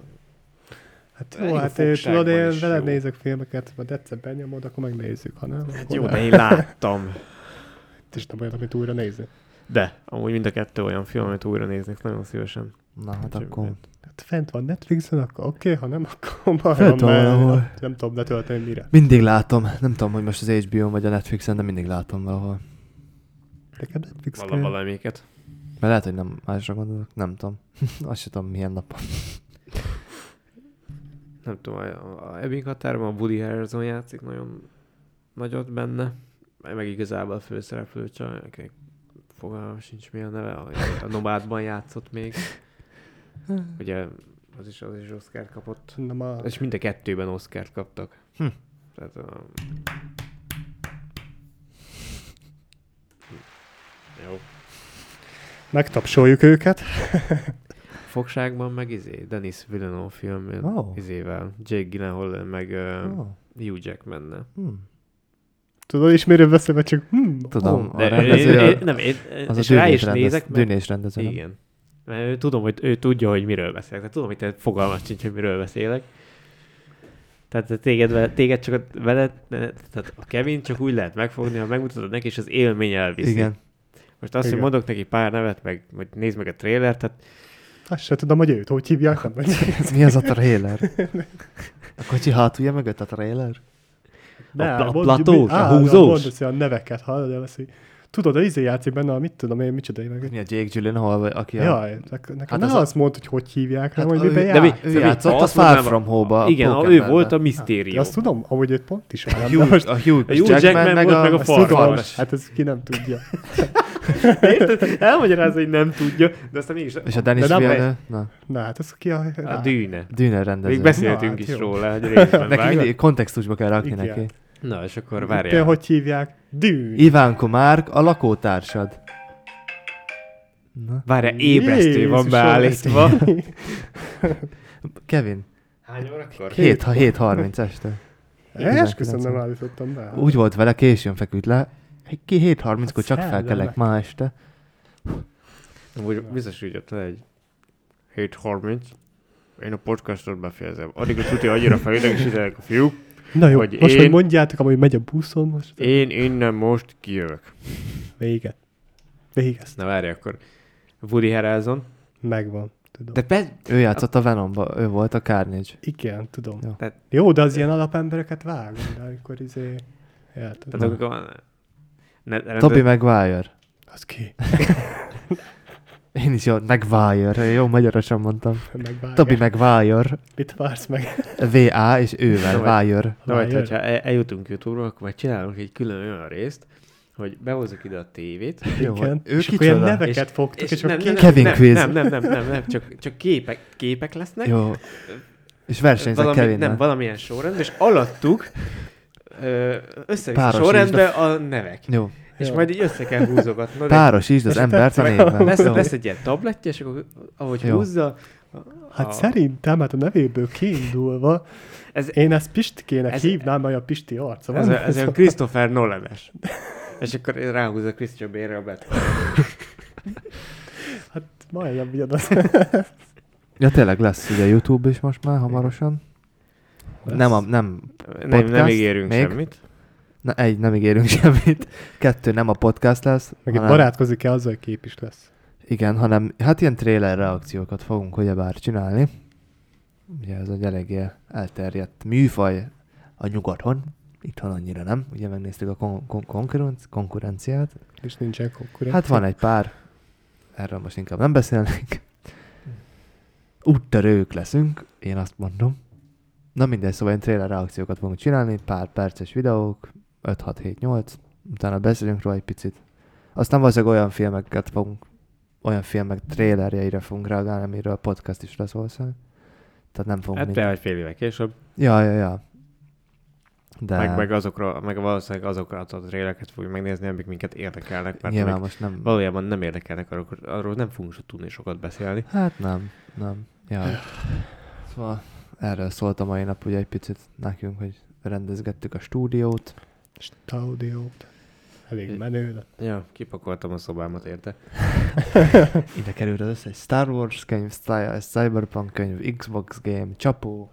S4: Hát
S2: Elég
S4: jó,
S2: a
S4: hát én tudod,
S2: fogságban
S4: én
S2: is
S4: veled
S2: jó.
S4: nézek filmeket, majd egyszer benyomod, akkor megnézzük, ha nem.
S2: Hát
S4: akkor
S2: jó,
S4: nem.
S2: de én láttam.
S4: Itt is nem olyan, amit újra nézni.
S2: De, amúgy mind a kettő olyan film, amit újra néznék nagyon szívesen.
S3: Na hát
S2: Úgyhogy
S3: akkor...
S4: Hát fent van Netflixen, akkor oké, ha nem, akkor baj
S3: Fent
S4: van,
S3: van valahol.
S4: mert nem tudom letölteni mire.
S3: Mindig látom, nem tudom, hogy most az HBO-n vagy a Netflixen, de mindig látom valahol.
S4: Nekem Netflix
S2: Vala
S4: kell.
S2: valamiket.
S3: Mert lehet, hogy nem másra gondolok, nem tudom. Azt sem tudom, milyen nap.
S2: nem tudom, a, a Ebbing határban a Woody Harrelson játszik nagyon nagyot benne, meg igazából a főszereplő csaj, akinek fogalmam sincs mi a neve, a, a Nomádban játszott még. Ugye az is, az is Oscar kapott.
S4: Nem a...
S2: És mind a kettőben Oscar kaptak.
S3: Hm.
S2: Tehát um, a... Jó.
S4: Megtapsoljuk őket.
S2: Fogságban meg izé, Denis Villeneuve film
S3: Ó.
S2: oh. izével, Jake Gyllenhaal meg uh,
S3: Oh.
S2: Hugh Jackman-nel.
S3: Hm.
S4: Tudod, és miért beszélve csak... Hmm,
S3: Tudom,
S4: ó,
S3: a
S2: De
S3: rendező
S2: én-
S3: a-
S2: én- nem, én,
S3: Az
S2: és
S3: a
S2: rá
S3: dűnés,
S2: is
S3: rendez,
S2: nézek,
S3: nézek,
S2: mert
S3: dűnés rendező, nem?
S2: igen. Mert ő, tudom, hogy ő tudja, hogy miről beszélek. Tehát tudom, hogy te fogalmas sincs, hogy miről beszélek. Tehát te téged, vele- téged csak a, veled, tehát a Kevin csak úgy lehet megfogni, ha megmutatod neki, és az élmény elviszi.
S3: Igen.
S2: Most azt, hogy
S4: Igen.
S2: mondok neki pár nevet, meg hogy nézd meg a trailer, tehát
S4: Azt se tudom, hogy őt hogy hívják, nem vagy.
S3: Ez mi az a trailer? A kocsi hátulja mögött a trailer?
S2: A pla- platós, a húzós?
S4: Mondasz olyan neveket, hallod, el veszi. Tudod, a izé játszik benne, a mit tudom én, micsoda én meg.
S3: Mi a Jake Gyllenhaal, vagy aki
S4: Ja.
S3: a...
S4: Jaj, nek- nekem
S3: Hát az
S4: hát
S3: a-
S4: az azt mondta, hogy hogy hívják,
S3: Hát
S4: hanem hogy
S3: ő-
S4: miben
S2: de mi-
S4: jár.
S3: Ő
S2: Szóval
S3: játszott
S2: ha
S3: a
S2: azt
S3: Far
S2: mondanám,
S3: From Home-ba. a
S2: igen, a, ő
S3: Pokémon-ben.
S2: volt a misztérium.
S4: Azt tudom, amúgy őt pont is
S3: A
S4: állám, de
S3: Hugh,
S4: most
S3: a Hugh,
S2: A Hugh
S3: Jackman,
S2: Jackman
S3: meg
S2: volt,
S3: a,
S2: meg a
S4: azt
S2: farkas.
S4: tudom,
S3: farkas.
S4: hát ez ki nem tudja.
S2: Érted? Elmagyarázza, hogy nem tudja, de aztán mégis
S3: És a Dennis
S4: De nem
S3: Villeneuve, na,
S4: Na hát ez ki a...
S2: a
S4: Á,
S2: dűne.
S3: Dűner rendező.
S2: Még beszéltünk
S4: Na, hát
S2: is
S4: jó.
S2: róla, hogy részben
S3: Neki
S2: vágott.
S3: mindig kontextusba kell rakni
S4: Igen.
S3: neki.
S2: Na, és akkor
S4: Te
S2: várjál.
S4: hogy hívják? Dűn.
S3: Ivánko Márk, a lakótársad. Na.
S2: Várjál, ébresztő van
S4: Jézusom,
S2: beállítva.
S3: Kevin,
S2: Hány órakor?
S3: 7, ha 7.30 este.
S4: Esküszöm, nem állítottam be.
S3: Úgy volt vele, későn feküdt le. Ki 7.30-kor csak
S4: szellem.
S3: felkelek ma este.
S2: Amúgy biztos úgy jött le egy 7.30. Én a podcastot befejezem. Addig a tuti annyira felidegesítenek a fiúk.
S4: Na jó,
S2: hogy
S4: most
S2: én-
S4: hogy mondjátok, amúgy megy a buszon most.
S2: Én innen most kijövök.
S4: Vége. Vége.
S2: Na várj akkor. Woody Harrelson.
S4: Megvan. Tudom.
S2: De persze,
S3: Ő játszott a Venomba, ő volt a Carnage.
S4: Igen, tudom.
S3: Jó.
S2: Tehát-
S4: Jó, de az ilyen alapembereket vágom, de amikor izé... Ja, tudom.
S2: tehát akkor... Ne, ne,
S3: Toby Maguire.
S4: Az ki?
S3: Én is jó, Maguire, jó magyarosan mondtam.
S4: Megvágják.
S3: Toby Maguire,
S4: Mit vársz meg?
S3: VA és ővel, Wire.
S2: Na majd,
S4: Wire.
S2: hogyha el- eljutunk YouTube-ra, akkor majd csinálunk egy külön olyan részt, hogy behozok ide a tévét,
S3: Jó,
S4: Igen.
S3: ő
S4: és akkor ilyen
S3: kicsoda?
S4: neveket
S2: És-
S4: fogtok,
S2: és
S4: és, és
S2: nem,
S4: akkor
S2: nem,
S4: ki...
S3: Kevin
S2: nem,
S3: quiz.
S2: nem, nem, nem, nem, nem, csak, csak képek, képek lesznek,
S3: Jó. És versenyzek
S2: valami,
S3: Kevinnel.
S2: nem, valamilyen sorrend, és alattuk össze a
S3: Páros
S2: sorrendbe a nevek.
S3: Jó.
S2: És
S4: Jó.
S2: majd így össze kell húzogatnod. Szóval
S3: Páros is, az
S4: És
S3: embert a
S4: tetszett.
S3: névben.
S2: Lesz,
S3: Jó.
S2: lesz egy ilyen tablettje, és akkor ahogy
S3: Jó.
S2: húzza,
S4: Hát
S2: a-
S4: szerintem, hát a nevéből kiindulva,
S2: Ez-
S4: ez, én ezt Pistikének
S2: ez-
S4: ez, hívnám, mert a Pisti arca
S2: ez,
S4: van.
S2: a, ez a Christopher Nolan-es. És akkor ráhúzza Christian Bale-re a Batman.
S4: Hát majdnem ugyanaz.
S3: Ja, tényleg lesz ugye YouTube is most már hamarosan. Nem, a, nem,
S2: Nem, nem
S3: Podcast?
S2: ígérünk
S3: Még?
S2: semmit.
S3: na, egy, nem ígérünk semmit. Kettő, nem a podcast lesz.
S4: Meg itt barátkozik-e azzal, hogy kép is lesz.
S3: Igen, hanem hát ilyen trailer reakciókat fogunk ugyebár csinálni. Ugye ez egy eléggé elterjedt műfaj a nyugaton. Itthon annyira nem. Ugye megnéztük a kon- kon- konkurenc- konkurenciát.
S4: És nincsen konkurencia.
S3: Hát van egy pár. Erről most inkább nem beszélnék. Úttörők leszünk, én azt mondom. Na mindegy, szóval én trailer reakciókat fogunk csinálni, pár perces videók, 5-6-7-8, utána beszélünk róla egy picit. Aztán valószínűleg olyan filmeket fogunk, olyan filmek trailerjeire fogunk reagálni, amiről a podcast is lesz valószínűleg. Tehát nem fogunk
S2: Hát
S3: mindent-
S2: te vagy fél éve később.
S3: Ja, ja, ja. De
S2: Meg, meg azokra, meg valószínűleg azokra a tréleket fogjuk megnézni, amik minket érdekelnek, mert
S3: nyilván
S2: amik
S3: most nem...
S2: valójában nem érdekelnek, arról, arról nem fogunk se tudni sokat beszélni.
S3: Hát nem, nem. Jaj. Szóval erről szólt a mai nap ugye egy picit nekünk, hogy rendezgettük a stúdiót.
S4: Staudiót. Elég menő lett.
S2: Ja, kipakoltam a szobámat, érte?
S3: Ide került az összes Star Wars könyv, Sci- Cyberpunk könyv, Xbox game, csapó,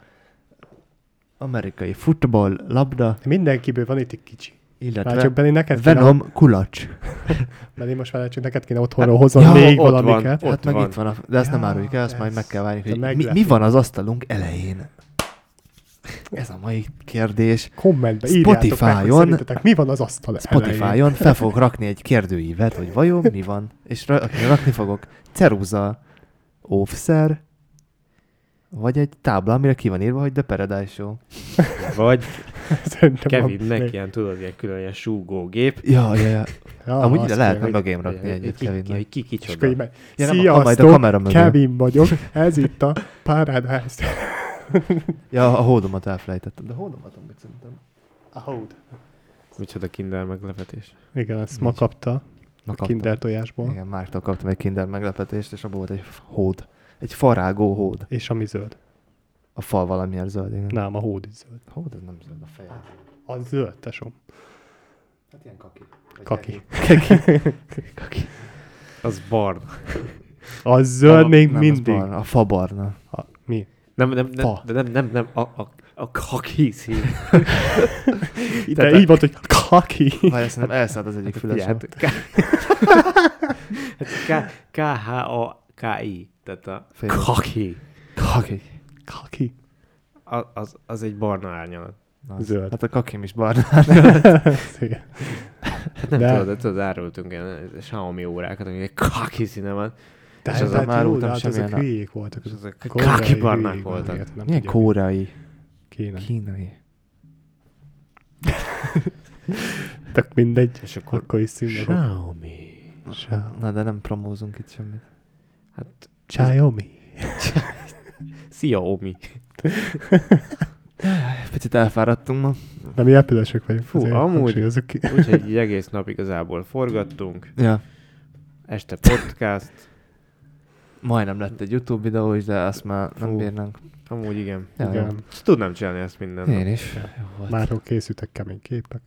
S3: amerikai futball, labda,
S4: Mindenkiből van itt egy kicsi. Már csak
S3: illetve
S4: Benni, neked kéne,
S3: hát Venom kulacs.
S4: Benni, most már csak neked kéne otthonról hozni még
S2: ott van.
S4: valamiket.
S2: Ott
S3: hát meg
S2: van.
S3: itt van, a, de ezt nem
S4: Ja,
S3: áruljuk el, azt majd
S4: ez-
S3: meg kell várni,
S4: de
S3: hogy mi,
S4: meglepi.
S3: mi van az asztalunk elején. Ez a mai kérdés.
S4: Kommentbe írjátok meg, hogy
S3: Spotify-on-
S4: szerintetek mi van az asztal elején.
S3: Spotify-on fel fogok rakni egy kérdőívet, hogy vajon mi van, és ra- rakni fogok ceruza, óvszer, vagy egy tábla, amire ki van írva, hogy The Paradise Show.
S2: Vagy
S4: Szerintem
S2: Kevinnek ilyen, tudod, ilyen külön ilyen súgógép.
S3: Ja, ja, ja.
S4: Ja, Ah,
S3: Amúgy ide
S4: azt
S3: lehet
S4: kell,
S3: meg
S4: hogy-
S3: a game rakni
S2: Hogy
S3: egyet
S2: ki- ki-
S3: Kevinnek.
S2: Hogy ki
S4: És akkor így
S2: kicsoda.
S4: megy.
S3: Ja, nem, a- majd a kamera
S4: Sziasztok,
S3: mögé.
S4: Kevin vagyok, ez itt a Paradise.
S3: Ja, a hódomat elfelejtettem, de hódomat amúgy szerintem.
S4: A hód.
S2: Micsoda kinder meglepetés.
S4: Igen, ezt ma kapta
S3: Na,
S4: a
S3: kaptam.
S4: kinder tojásból.
S3: Igen, Márktól kaptam egy kinder meglepetést, és abban volt egy hód. Egy farágó hód.
S4: És ami zöld.
S3: A fal valamilyen zöld, igen.
S4: Nem, a hód is zöld.
S3: Hód, ez nem zöld a feje.
S4: A zöld, tesóm.
S3: Hát ilyen kaki.
S4: Kaki.
S2: Az barna.
S4: A zöld Hát még
S3: nem,
S4: mindig.
S3: Az barna, a fa barna.
S4: A, mi?
S2: Nem, nem, nem,
S4: Fa.
S2: de nem, nem, nem, a, a, a kaki szín.
S4: De így volt, hogy kaki.
S3: Várj, szerintem elszállt az egyik fülesem.
S2: Figyeld, K- K- K-H-A-K-I, tehát a
S3: Félek.
S2: kaki.
S3: Kaki.
S4: Kaki.
S2: A- Az, az egy barna árnyalat.
S3: Na, az-
S4: Zöld.
S3: Hát a kakim is barna.
S4: Igen.
S2: Hát nem
S4: De-
S2: tudod, de tudod, árultunk ilyen Xiaomi órákat, aminek kaki színe van.
S4: De
S3: És azon
S4: hát
S3: már
S4: jó,
S3: rúgtam
S4: de hát
S3: semmilyen
S4: ezek
S3: a-
S4: hülyék voltak.
S2: És ezek
S4: koreai
S2: kaki barnák
S4: hülyék
S2: voltak.
S4: valamiért, nem
S3: Milyen
S4: tudja, mi.
S3: kórai,
S4: Kéne.
S3: kínai.
S4: Tök mindegy.
S2: És akkor
S4: Akkor is színbe.
S2: Xiaomi.
S3: Na, de nem promózunk itt semmit.
S2: Hát
S4: Xiaomi.
S2: Xiaomi.
S3: Picit elfáradtunk ma.
S4: De mi epülösök vagyunk.
S2: Fú,
S4: azért
S2: amúgy.
S4: hangsúlyozzuk ki.
S2: Úgyhogy így egész nap igazából forgattunk,
S3: Ja.
S2: este podcast,
S3: Majdnem lett egy YouTube videó is, de azt már nem
S2: Fú.
S3: bírnánk.
S2: amúgy igen.
S3: Ja, jó.
S4: Igen.
S2: Ezt Tudnám csinálni ezt minden nap.
S3: Én is. Jó volt.
S4: Márról készültek kemény képek.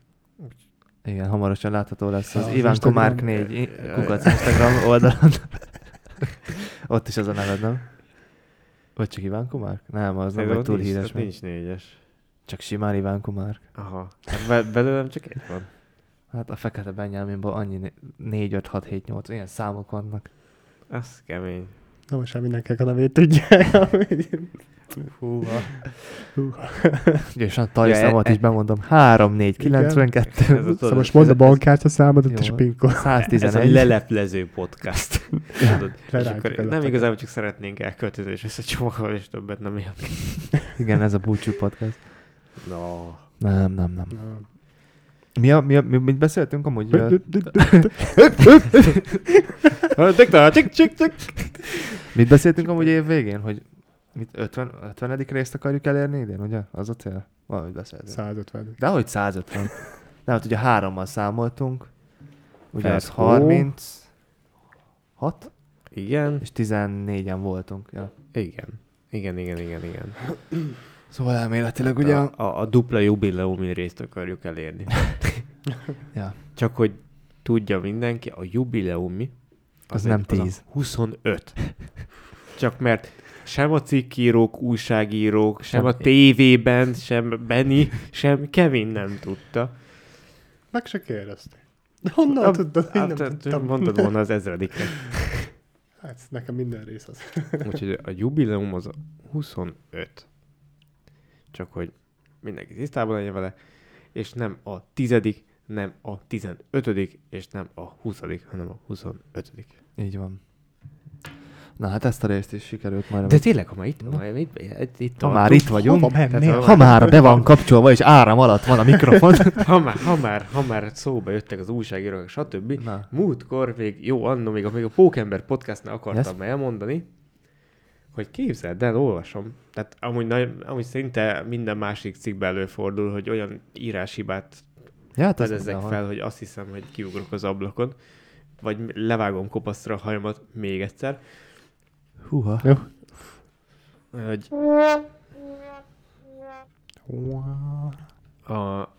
S3: Igen, hamarosan látható lesz az
S4: Az
S3: Ivánko
S4: Instagram-
S3: Márk 4 i- kukac Instagram oldalon. Ott is az a neved, nem? Vagy csak Ivánko Márk? Nem, az nem,
S2: Ez
S3: vagy
S2: ott
S3: túl
S2: nincs-
S3: híres.
S2: ott
S3: meg.
S2: Nincs négyes.
S3: Csak simán Ivánko Márk.
S2: Aha. Hát be- belőlem csak egy van.
S3: Hát a Fekete Benyáminban annyi 4, 5, 6, 7, 8, ilyen számok vannak.
S2: Az kemény.
S4: Na most már mindenkinek a nevét tudják. amúgy.
S3: Húha.
S4: Húha.
S3: És a tajszámot
S2: e-
S3: is bemondom. 3, 4, 92,
S2: Ez a,
S4: Szóval
S2: tudod,
S4: most mondd a
S2: ez-
S4: bankkártya számodat
S3: Jó.
S4: és pinkol.
S2: Ez a
S3: 111.
S2: leleplező podcast. Tudod, és
S4: Lerántjuk
S2: akkor
S4: a
S2: nem
S4: lepeket.
S2: igazából csak szeretnénk elköltözni, és összecsomagolni, és többet nem ilyen.
S3: Igen, ez a búcsú podcast.
S2: No.
S3: Nem, nem, nem.
S4: Na.
S3: Mi, a, mi, a, mi mit beszéltünk amúgy? Ja,
S2: Csik, csik, csik.
S3: mit beszéltünk amúgy év végén, hogy mit 50, 50. részt akarjuk elérni idén, ugye? Az a cél? Valamit beszéltünk.
S4: 150.
S3: De hogy 150. De hát ugye hárommal számoltunk. Ugye az
S2: Fertó.
S3: 36
S2: Igen,
S3: és 14-en voltunk. Ja.
S2: igen. Igen, igen, igen, igen.
S3: Szóval elméletileg
S2: Ugye a, a, a dupla jubileumi részt akarjuk elérni.
S3: Ja.
S2: Csak hogy tudja mindenki, a jubileumi
S3: Az nem
S2: egy-
S3: 10.
S2: a 25. Csak mert sem a cikkírók, újságírók, sem a tévében, sem Benny, sem Kevin nem tudta.
S4: Meg se kérdezték. Honnan
S2: Ab-
S4: tudtad? Én
S2: Hát,
S4: nem
S2: te-
S4: tudtam.
S2: Mondtad volna az ezredikre.
S4: Hát nekem minden rész az.
S2: Úgyhogy a jubileum az a 25. Csak hogy mindenki tisztában legyen vele, és nem a tizedik, nem a tizenötödik, és nem a huszadik, hanem a huszonötödik.
S3: Így van. Na hát ezt a részt is sikerült
S2: De
S3: majd.
S2: tényleg, ha már itt, ha már itt, itt, itt
S3: Ha
S2: tartunk,
S3: már itt vagyunk,
S4: Hova mennél?
S3: ha már be van kapcsolva és áram alatt van a mikrofon.
S2: ha már, ha már, ha már szóba jöttek az újságírók, stb.
S3: Na.
S2: Múltkor még, jó, annó még, még a Pókember podcastnál akartam
S3: Yes.
S2: elmondani, hogy képzeld el, olvasom. Tehát amúgy, nagy, amúgy szinte minden másik cikkben előfordul, hogy olyan íráshibát
S3: Ja, hát ez
S2: fedezzek fel, hogy azt hiszem, hogy kiugrok az ablakon, vagy levágom kopaszra a hajamat még egyszer,
S3: Húha.
S4: Jó.
S2: hogy a,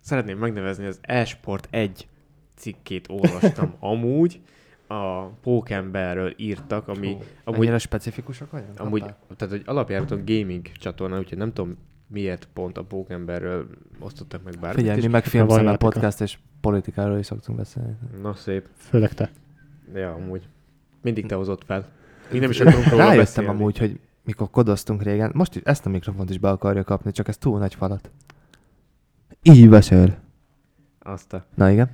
S2: szeretném megnevezni, az eSport 1 cikkét olvastam amúgy, a pókemberről írtak, ami amúgy,
S3: Ennyire specifikusak vagyunk?
S2: amúgy
S3: Hoppá.
S2: tehát hogy alapjáraton gaming csatorna, úgyhogy nem tudom miért pont a pókemberről osztottak meg bármit.
S3: Figyelj,
S2: és-
S3: mi meg
S4: van
S3: filmszemmel
S4: játéka.
S3: podcast és politikáról is szoktunk beszélni.
S2: Na szép.
S4: Főleg te.
S2: Ja, amúgy. Mindig te hozott fel. Én nem is akarunk róla
S3: Rájöttem
S2: beszélni.
S3: amúgy, hogy mikor kodoztunk régen, most is ezt a mikrofont is be akarja kapni, csak ez túl nagy falat. Így beszél.
S2: Azt a...
S3: Na igen.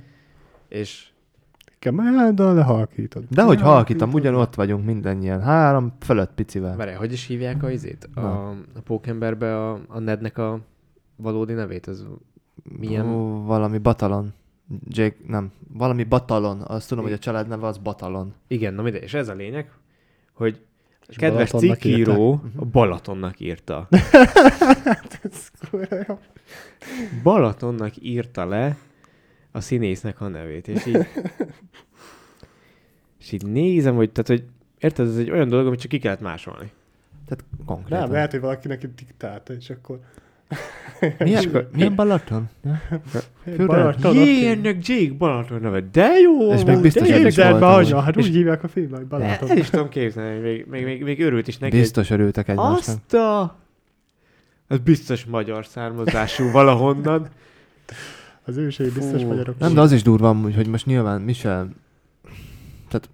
S2: És
S4: Kemáddal lehalkítod.
S3: De hogy halkítom, ugyanott vagyunk mindannyian. Három fölött picivel.
S2: várj, hogy is hívják a izét? A,
S3: Na.
S2: a pókemberbe a, a Nednek a valódi nevét? Az milyen-
S3: Ó, valami batalon. Jake, nem. Valami batalon. Azt tudom, hogy a család neve az batalon.
S2: Igen, na mindegy. És ez a lényeg, hogy a
S4: És
S2: kedves
S4: Balatonnak Mhm.
S2: cikkíró a Balatonnak írta.
S4: Hát Ez kurva jó.
S2: Balatonnak írta le a színésznek a nevét, és így, és így nézem, hogy, tehát, hogy érted, ez egy olyan dolog, amit csak ki kellett másolni.
S3: Tehát konkrétan.
S4: Nem, lehet, hogy valakinek itt diktálta, és akkor...
S3: Milyen,
S2: És akkor-
S3: milyen Balaton? Ja.
S4: Hey,
S3: Füred.
S4: Balaton, ott-
S2: Jé, ennek Jake Balaton neve, de jó!
S3: És még
S2: de
S3: biztos,
S2: jó.
S3: hogy is
S4: Képzeld be,
S3: voltam
S4: anya,
S3: ott.
S4: hát
S2: És-
S4: úgy hívják a filmet, hogy Balaton.
S2: El is tudom képzelni, hogy még, még, még, még örült is neki. hogy
S3: Biztos örültek egymásnak.
S2: Azt a... Az biztos magyar származású valahonnan.
S4: Az ősei biztos
S2: Fú.
S4: magyarok.
S3: Nem, de az is durva amúgy, hogy most nyilván mi sem... Tehát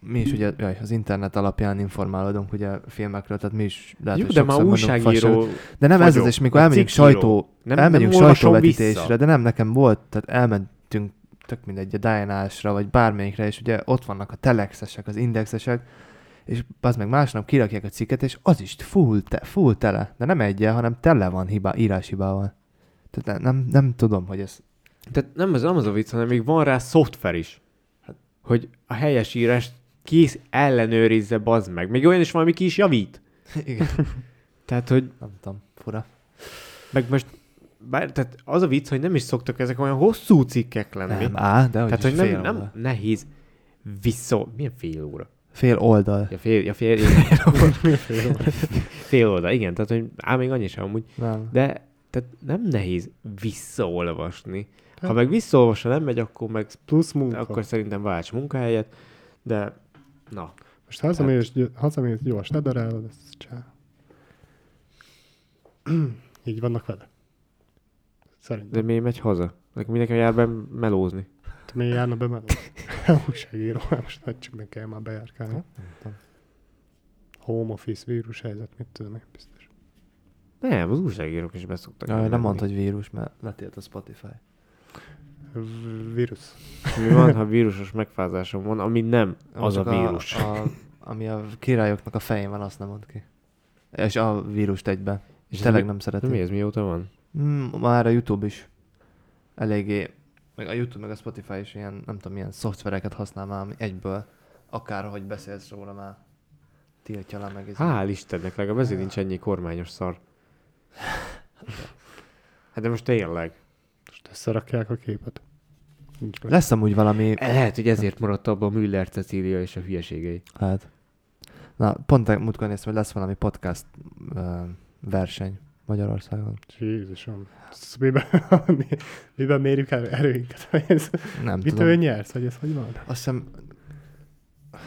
S3: mi is ugye jaj, az internet alapján informálódunk ugye filmekről, tehát mi is lehet,
S2: Jó,
S3: hogy
S2: de ma
S3: sokszor mondunk fasságot.
S2: újságíró...
S3: De nem ez az,
S2: vagyok,
S3: és mikor
S2: a
S3: elmegyünk
S2: cikkíró.
S3: sajtó,
S2: Nem,
S3: nem, elmegyünk
S2: nem olvasom
S3: sajtóvetítésre,
S2: vissza.
S3: de nem, nekem volt, tehát elmentünk tök mindegy, a Diana-sra, vagy bármelyikre, és ugye ott vannak a telexesek, az indexesek, és az meg másnap kirakják a cikket, és az is full, te, full tele, de nem egyel, hanem tele van hibá, íráshibával. Tehát nem, nem, nem tudom, hogy ez
S2: Tehát nem az, nem az a vicc, hanem még van rá szoftver is. Hát, Hogy a helyes írást kész ellenőrizze, bazd meg. Még olyan is van, ami ki is javít.
S3: Igen.
S2: Tehát, hogy
S3: Nem tudom, fura.
S2: meg most bár, tehát az a vicc, hogy nem is szoktak ezek olyan hosszú cikkek lenni.
S3: Nem, á, de hogy
S2: tehát,
S3: is
S2: hogy nem,
S3: fél
S2: nem
S3: Oldal.
S2: nehéz vissza... Milyen fél óra?
S3: Fél oldal.
S2: Ja, fél, ja, fél, fél, óra. fél óra, igen. Tehát, hogy ám még annyi sem amúgy.
S3: Nem.
S2: De tehát nem nehéz visszaolvasni. Ha meg visszaolvasva nem megy, akkor meg
S4: Plusz munka.
S2: akkor szerintem válts munkahelyet, de na.
S4: Most
S3: Hát-
S4: hazamész, gy- hazamész gyors, ne darálod, ezt csá. Így vannak vele. Szerintem.
S2: De miért megy haza? Nekem mindenki jár be melózni.
S4: Te miért járna be meló? Újságíró, hát most nem csak meg kell már bejárkálni.
S3: Hát,
S4: Home office, vírus helyzet, mit tudom én, biztos.
S2: Nem, az újságírók is beszoktak.
S3: Jaj, nem mondd, hogy vírus, mert letilt a Spotify.
S4: V- Vírus.
S2: Mi van, ha vírusos megfázásom van, ami nem az a
S3: Csak
S2: vírus.
S3: A, a, ami a királyoknak a fején van, azt nem mond ki. És a vírust egybe. És
S2: ez
S3: tényleg
S2: mi-
S3: nem szereti.
S2: Mi ez mióta van?
S3: Mm, már a YouTube is eléggé, meg a YouTube, meg a Spotify is ilyen, nem tudom, ilyen szoftvereket használ már ami egyből, akárhogy beszélsz róla már tiltja le meg. ez-
S2: Hál' Istennek, legalább ezért nincs ennyi kormányos szar. Hát de most tényleg.
S4: Most összerakják a képet. Nincs meg.
S3: Lesz amúgy valami...
S2: Lehet, hogy ezért maradt abban Müller Cecília és a hülyeségei.
S3: Hát. Na, pont te- múltkor néztem, hogy lesz valami podcast ö, verseny Magyarországon.
S4: Jézusom. Ez Miben, mi, miben mérjük el erőinket? Vagy Ez,
S3: Nem
S4: mitől
S3: tudom.
S4: nyersz? Hogy ez hogy van?
S3: Azt hiszem,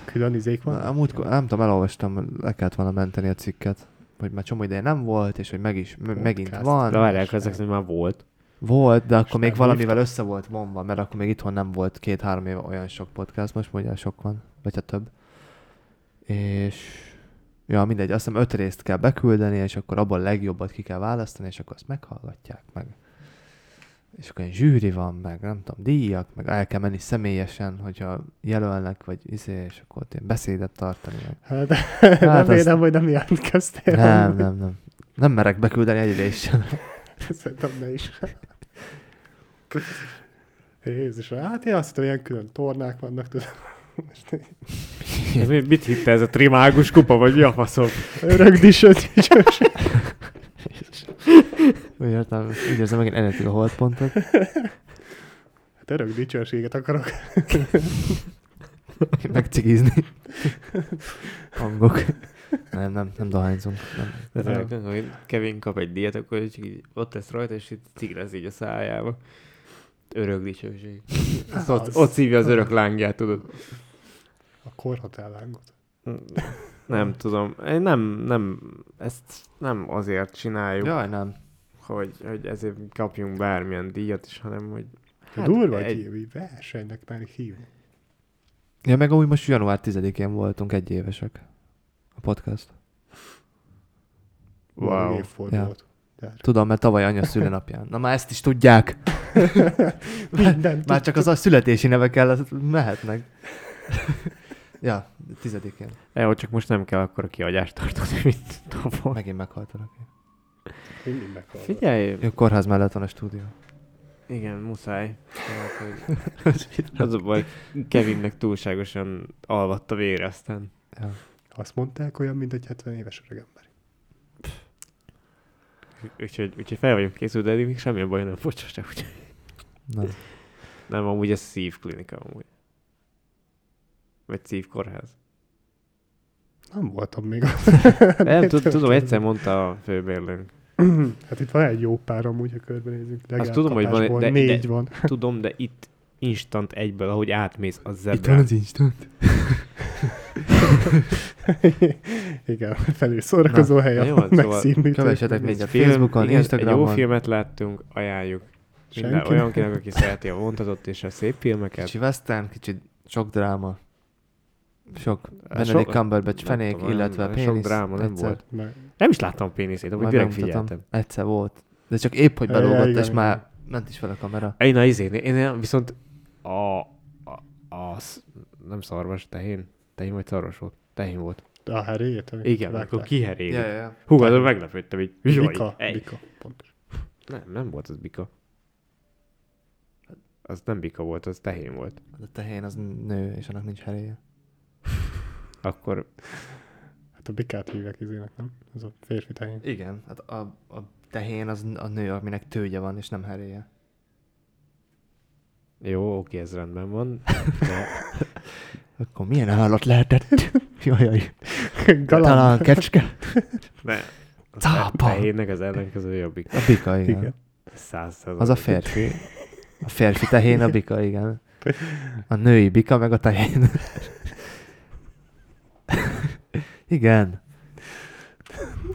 S4: Külön izék van?
S3: a múltkor, nem tudom, elolvastam, le kellett volna menteni a cikket, hogy már csomó ideje nem volt, és hogy meg is, me- megint
S4: Podcast.
S3: van.
S2: De várják, ezek szerint már volt.
S3: Volt, de akkor
S4: Most
S3: még
S4: nem
S3: valamivel össze volt vonva, mert akkor még itthon nem volt két-három éve olyan sok podcast, most mondja sok van, vagy ha több. És ja, mindegy, azt hiszem öt részt kell beküldeni, és akkor abban a legjobbat ki kell választani, és akkor azt meghallgatják meg. És akkor egy zsűri van, meg nem tudom, díjak, meg el kell menni személyesen, hogyha jelölnek, vagy izé, és akkor ott ilyen beszédet tartani. Meg.
S4: Hát, hát nem
S3: azt-
S4: védem, hogy nem jelentkeztél.
S3: Nem, nem, nem. Nem merek beküldeni egy ülést sem.
S4: Szerintem ne is. Jézus, hát én azt hittem, ilyen külön tornák vannak, tudod. Most így
S2: Ez mi- Mit hitte ez a trimágus kupa, vagy mi a faszom?
S4: Rögd is, öt is, öt is.
S3: Úgy értem, úgy érzem, megint elértük a holdpontot.
S4: Hát örök dicsőséget akarok.
S3: megcigizni. Hangok. Nem, nem, nem dohányzunk. Nem.
S2: De
S4: Nem.
S2: tényleg, nem, hogy Kevin kap egy díjat, akkor ő csak így ott lesz rajta, és itt cigrez így a szájába. Örök dicsőség. Azt Ott,
S4: Az.
S2: ott szívja az örök lángját, tudod.
S4: A korhatárlángot.
S2: Nem tudom. Én Nem, nem, ezt nem azért csináljuk, ja.
S3: Jaj, nem.
S2: hogy, hogy ezért kapjunk bármilyen díjat is, hanem hogy...
S4: Hát, Durva, hogy
S2: egy-
S4: egy... hívj, versenynek már hívni.
S3: Ja, meg úgy most január 10-én voltunk egyévesek. A podcast.
S2: Wow.
S4: wow. évfordulót. Ja.
S3: Tudom, mert tavaly anya szülinapján. Na már ezt is tudják.
S4: Mindent.
S3: Már csak az a születési nevekkel az- mehetnek. ja, tizedikén.
S2: E, hogy csak most nem kell akkor a kiagyást tartani, mint tavaly.
S3: Megint meghaltanak.
S4: Mindig meghallgat.
S2: Figyelj!
S3: Ő kórház mellett van a stúdió.
S2: Igen, muszáj. Tehát, hogy Hát az a baj, Kevinnek túlságosan alvadt a vére, aztán
S3: Ja.
S4: Azt mondták, olyan, mint egy 70 éves öregember.
S2: úgyhogy, úgyhogy fel vagyunk készülve, de eddig még semmilyen baj nem bocsásra, úgyhogy
S3: Na,
S2: nem, amúgy ez szívklinika amúgy. Vagy szívkórház.
S4: Nem voltam még.
S2: Nem, tud- tudom, egyszer mondta a főbérlőnk.
S4: Hát itt van egy jó pár amúgy, ha körbenézünk.
S2: Azt tudom, hogy van egy-
S4: Legelkapásból
S2: de- de-
S4: négy van.
S2: Tudom, de itt instant egyből, ahogy átmész a
S3: itt van
S2: zebrán.
S3: az instant.
S4: Igen, felül szórakozó hely,
S2: na jó,
S4: ahol
S2: szóval
S4: megszínlítik.
S3: kövessetek minket.
S2: igen,
S3: Facebookon,
S2: Egy jó
S3: Instagramon.
S2: filmet láttunk, ajánljuk. Minden,
S4: Senkinek.
S2: olyankinek, aki szereti a vontatott és a szép filmeket.
S3: Kicsi western, kicsit sok dráma. Sok
S2: Hát
S3: Benedict
S2: sok-
S3: Cumberbatch
S2: nem
S3: fenék,
S2: tudom, nem-
S3: illetve
S2: nem
S3: pénisz.
S2: Sok dráma nem
S3: egyszer.
S2: volt.
S4: Meg-
S2: Nem is láttam péniszét, amúgy
S3: Majd
S2: direkt
S3: megmutatom.
S2: figyeltem.
S3: Egyszer volt. De csak épp, hogy
S4: Ja, ja,
S3: belógott,
S4: igen,
S3: és
S4: igen.
S3: már ment is fel a kamera.
S2: Én a izén, izé, én viszont a, a, a sz- nem szarvas, tehén, tehén vagy szarvas volt. Tehén volt.
S4: A herét? amit
S2: Igen,
S4: vágták.
S2: akkor kiherél. Yeah.
S3: ja.
S2: Hú, azon meglepődtem, hogy jaj,
S4: Bika,
S2: ej.
S4: bika, pontos.
S2: Nem, nem volt az bika. Az nem bika volt, az tehén volt.
S3: A tehén az nő, és annak nincs heréje.
S2: Akkor
S4: Hát a bikát hívják izének, nem? Ez a férfi tehén.
S3: Igen, hát a, a tehén az a nő, aminek tőgye van, és nem heréje.
S2: jó, oké, ez rendben van. De
S3: Akkor milyen állat lehetett? jaj, jaj.
S4: Galamb.
S3: Talán kecske.
S2: ne, az
S3: Cápa.
S2: tehénnek az ellenkezője a bika.
S3: A bika, igen.
S4: Igen.
S2: Száz százalék.
S3: Az a férfi. A férfi tehén, a bika, igen. A női bika, meg a tehén. igen.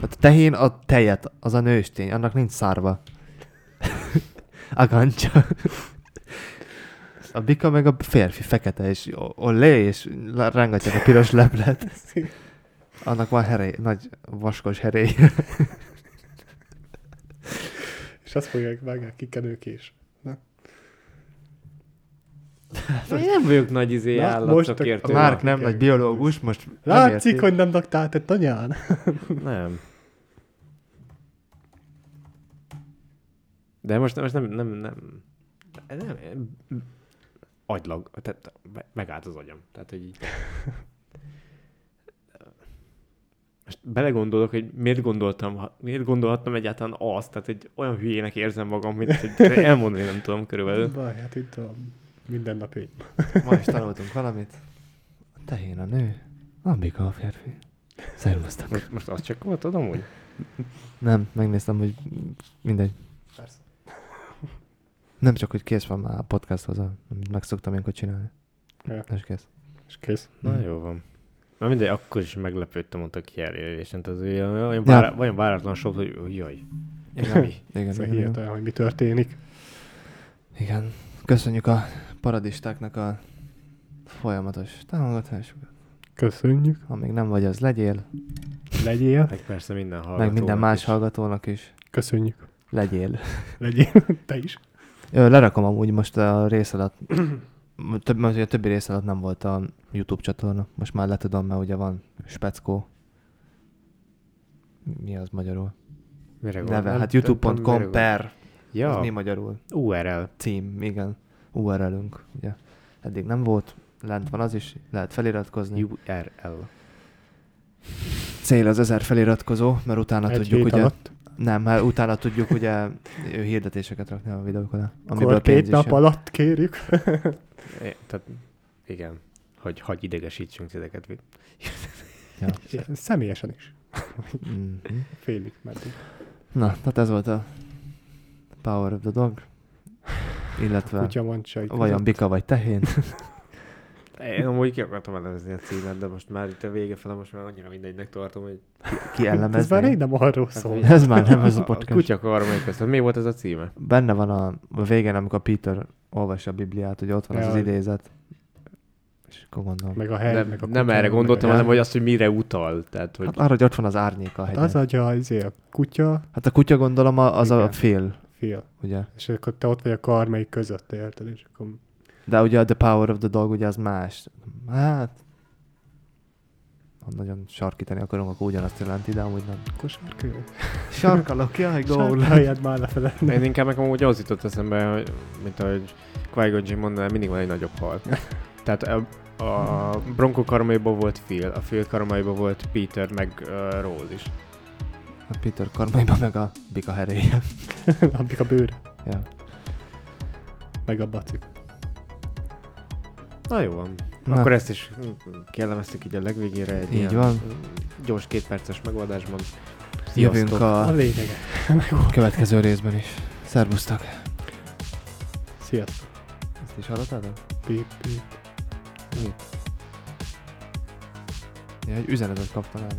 S3: Hát a tehén a tejet, az a nőstény, annak nincs szárva. A gancsa. A bika meg a férfi fekete, és o- ollé, és lá- rángatják a piros leplet. Annak van herély, nagy vaskos herély.
S4: És azt fogják, vágják kikenőkés.
S2: Én nem vagyok nagy izé
S4: Na, most a- a
S2: állatszakértő.
S3: Márk nem
S4: igen.
S3: nagy biológus, most nem
S4: Látszik,
S3: érti.
S4: hogy nem daktát tett anyán.
S2: Nem. De most, most nem, nem, nem, nem, agylag, tehát me- megállt az agyam. Tehát, hogy így. Most belegondolok, hogy miért gondoltam, ha- miért gondolhattam egyáltalán azt, tehát egy olyan hülyének érzem magam, mint hogy elmondani nem tudom körülbelül.
S4: Baj, hát itt a mindennapi.
S3: Ma is tanultunk valamit. A tehén a nő, a bika a férfi. Szervusztok.
S2: Most, most azt csak volt, tudom úgy.
S3: Nem, megnéztem, hogy mindegy.
S4: Persze.
S3: Nem csak, hogy kész van már a podcasthoz, amit megszoktam ilyenkor csinálni.
S4: Ja.
S3: És kész.
S4: És kész.
S2: Na
S3: Mhm.
S2: jó van. Na mindegy, akkor is meglepődtem ott a kijelölésen. Tehát az olyan, olyan,
S3: Ja.
S2: vára, olyan váratlan sok, hogy hogy jaj. Ez mi?
S3: Igen, Szóval
S4: Ez a
S3: igen, igen.
S4: Szóval hihetetlen, hogy mi történik.
S3: igen. Köszönjük a paradistáknak a folyamatos támogatásukat.
S4: Köszönjük.
S3: Ha még nem vagy, az legyél.
S4: Legyél.
S2: Meg persze minden hallgató.
S3: Meg minden más hallgatónak is.
S4: Köszönjük.
S3: Legyél.
S4: Legyél. Te is.
S3: Ö, Lerakom amúgy most a rész alatt. Több, mert ugye a többi rész alatt nem volt a YouTube csatorna. Most már letudom, mert ugye van speckó. Mi az magyarul?
S2: Mire gondol?
S3: Neve,
S2: Nem
S3: hát
S2: tudom, mire
S3: youtube.com
S2: gondol.
S3: per. Ja. mi
S2: Ja,
S3: magyarul?
S2: URL.
S3: Cím, igen. URL-ünk, ugye. Eddig nem volt. Lent van az is, lehet feliratkozni.
S2: URL.
S3: Cél az ezer feliratkozó, mert utána
S4: Egy
S3: tudjuk,
S4: hét
S3: ugye...
S4: alatt.
S3: Nem, hát utána tudjuk ugye ő hirdetéseket rakni a videók alá.
S4: Akkor két
S3: pénz is
S4: nap
S3: jön.
S4: alatt kérjük.
S2: É, tehát igen, hogy hagy idegesítsünk titeket.
S4: Igen, Személyesen is.
S3: Mhm.
S4: Félig meddig.
S3: Na, tehát ez volt a Power of the Dog, illetve
S4: Kutya mancsai.
S3: vajon bika vagy tehén.
S2: Én amúgy ki akartam elemezni a címet, de most már itt a vége fele, most már annyira mindegynek tartom, hogy...
S3: Ki
S4: Ez már rég
S3: ellemezni?
S4: nem arról szól.
S3: Ez már nem ez a
S2: A
S3: podcast.
S2: kutya karmai között. Mi volt ez a címe?
S3: Benne van a, a végén, amikor Peter olvassa a Bibliát, hogy ott van az,
S4: Ja,
S3: az idézet. És akkor gondolom.
S4: Meg a hely,
S2: Nem,
S4: meg a
S2: nem
S4: kutya,
S2: erre
S4: meg a
S2: gondoltam,
S4: hely.
S2: hanem hogy azt, hogy mire utal. Tehát, hogy
S3: Hát arra, hogy ott van az árnyék a
S4: Hát
S3: hegyen.
S4: az adja izé, a kutya,
S3: Hát a kutya gondolom a- az a
S4: Igen.
S3: fél,
S4: fél.
S3: ugye?
S4: És akkor te ott vagy a karmai között, érted? És akkor
S3: De ugye a The Power of the Dog ugye az más. Hát... Ha nagyon sarkítani akarunk, akkor ugyanazt jelenti, de amúgy nem.
S4: kosárkő.
S3: Sarkalok, jaj, gól!
S4: Sárkáljad már lefele.
S2: De én inkább nekem úgy az jutott eszembe, hogy, mint ahogy Qui-Gon Jinn mondaná, mindig van egy nagyobb hal. Tehát a, a Bronco karmaiban volt Phil, a Phil karmaiban volt Peter, meg uh, Rose is.
S3: A Peter karmaiban meg a bika heréje.
S4: Amik a bőr.
S3: Ja.
S4: Meg a baci.
S2: Na jó van.
S3: Na.
S2: Akkor ezt is kellemeztük így a legvégére. Egy
S3: Így
S2: ilyen,
S3: van.
S2: mm, Gyors kétperces megoldásban.
S3: Jövünk
S2: Sziasztok.
S4: A
S3: a
S4: lényege.
S3: következő részben is. Szervusztok!
S4: Sziasztok.
S3: Ezt is hallottad?
S4: Pip, pip.
S3: Ja, egy üzenetet kaptam el.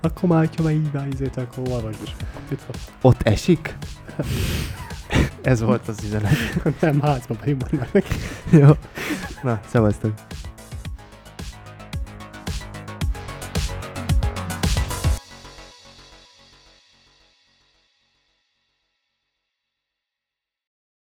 S4: Akkor már, ha már így már izét, akkor olvasd is. Itt van.
S3: Ott esik? Ez volt az üzenet.
S4: Nem házba, pedig mondanak.
S3: Jó. Na, szevasztok!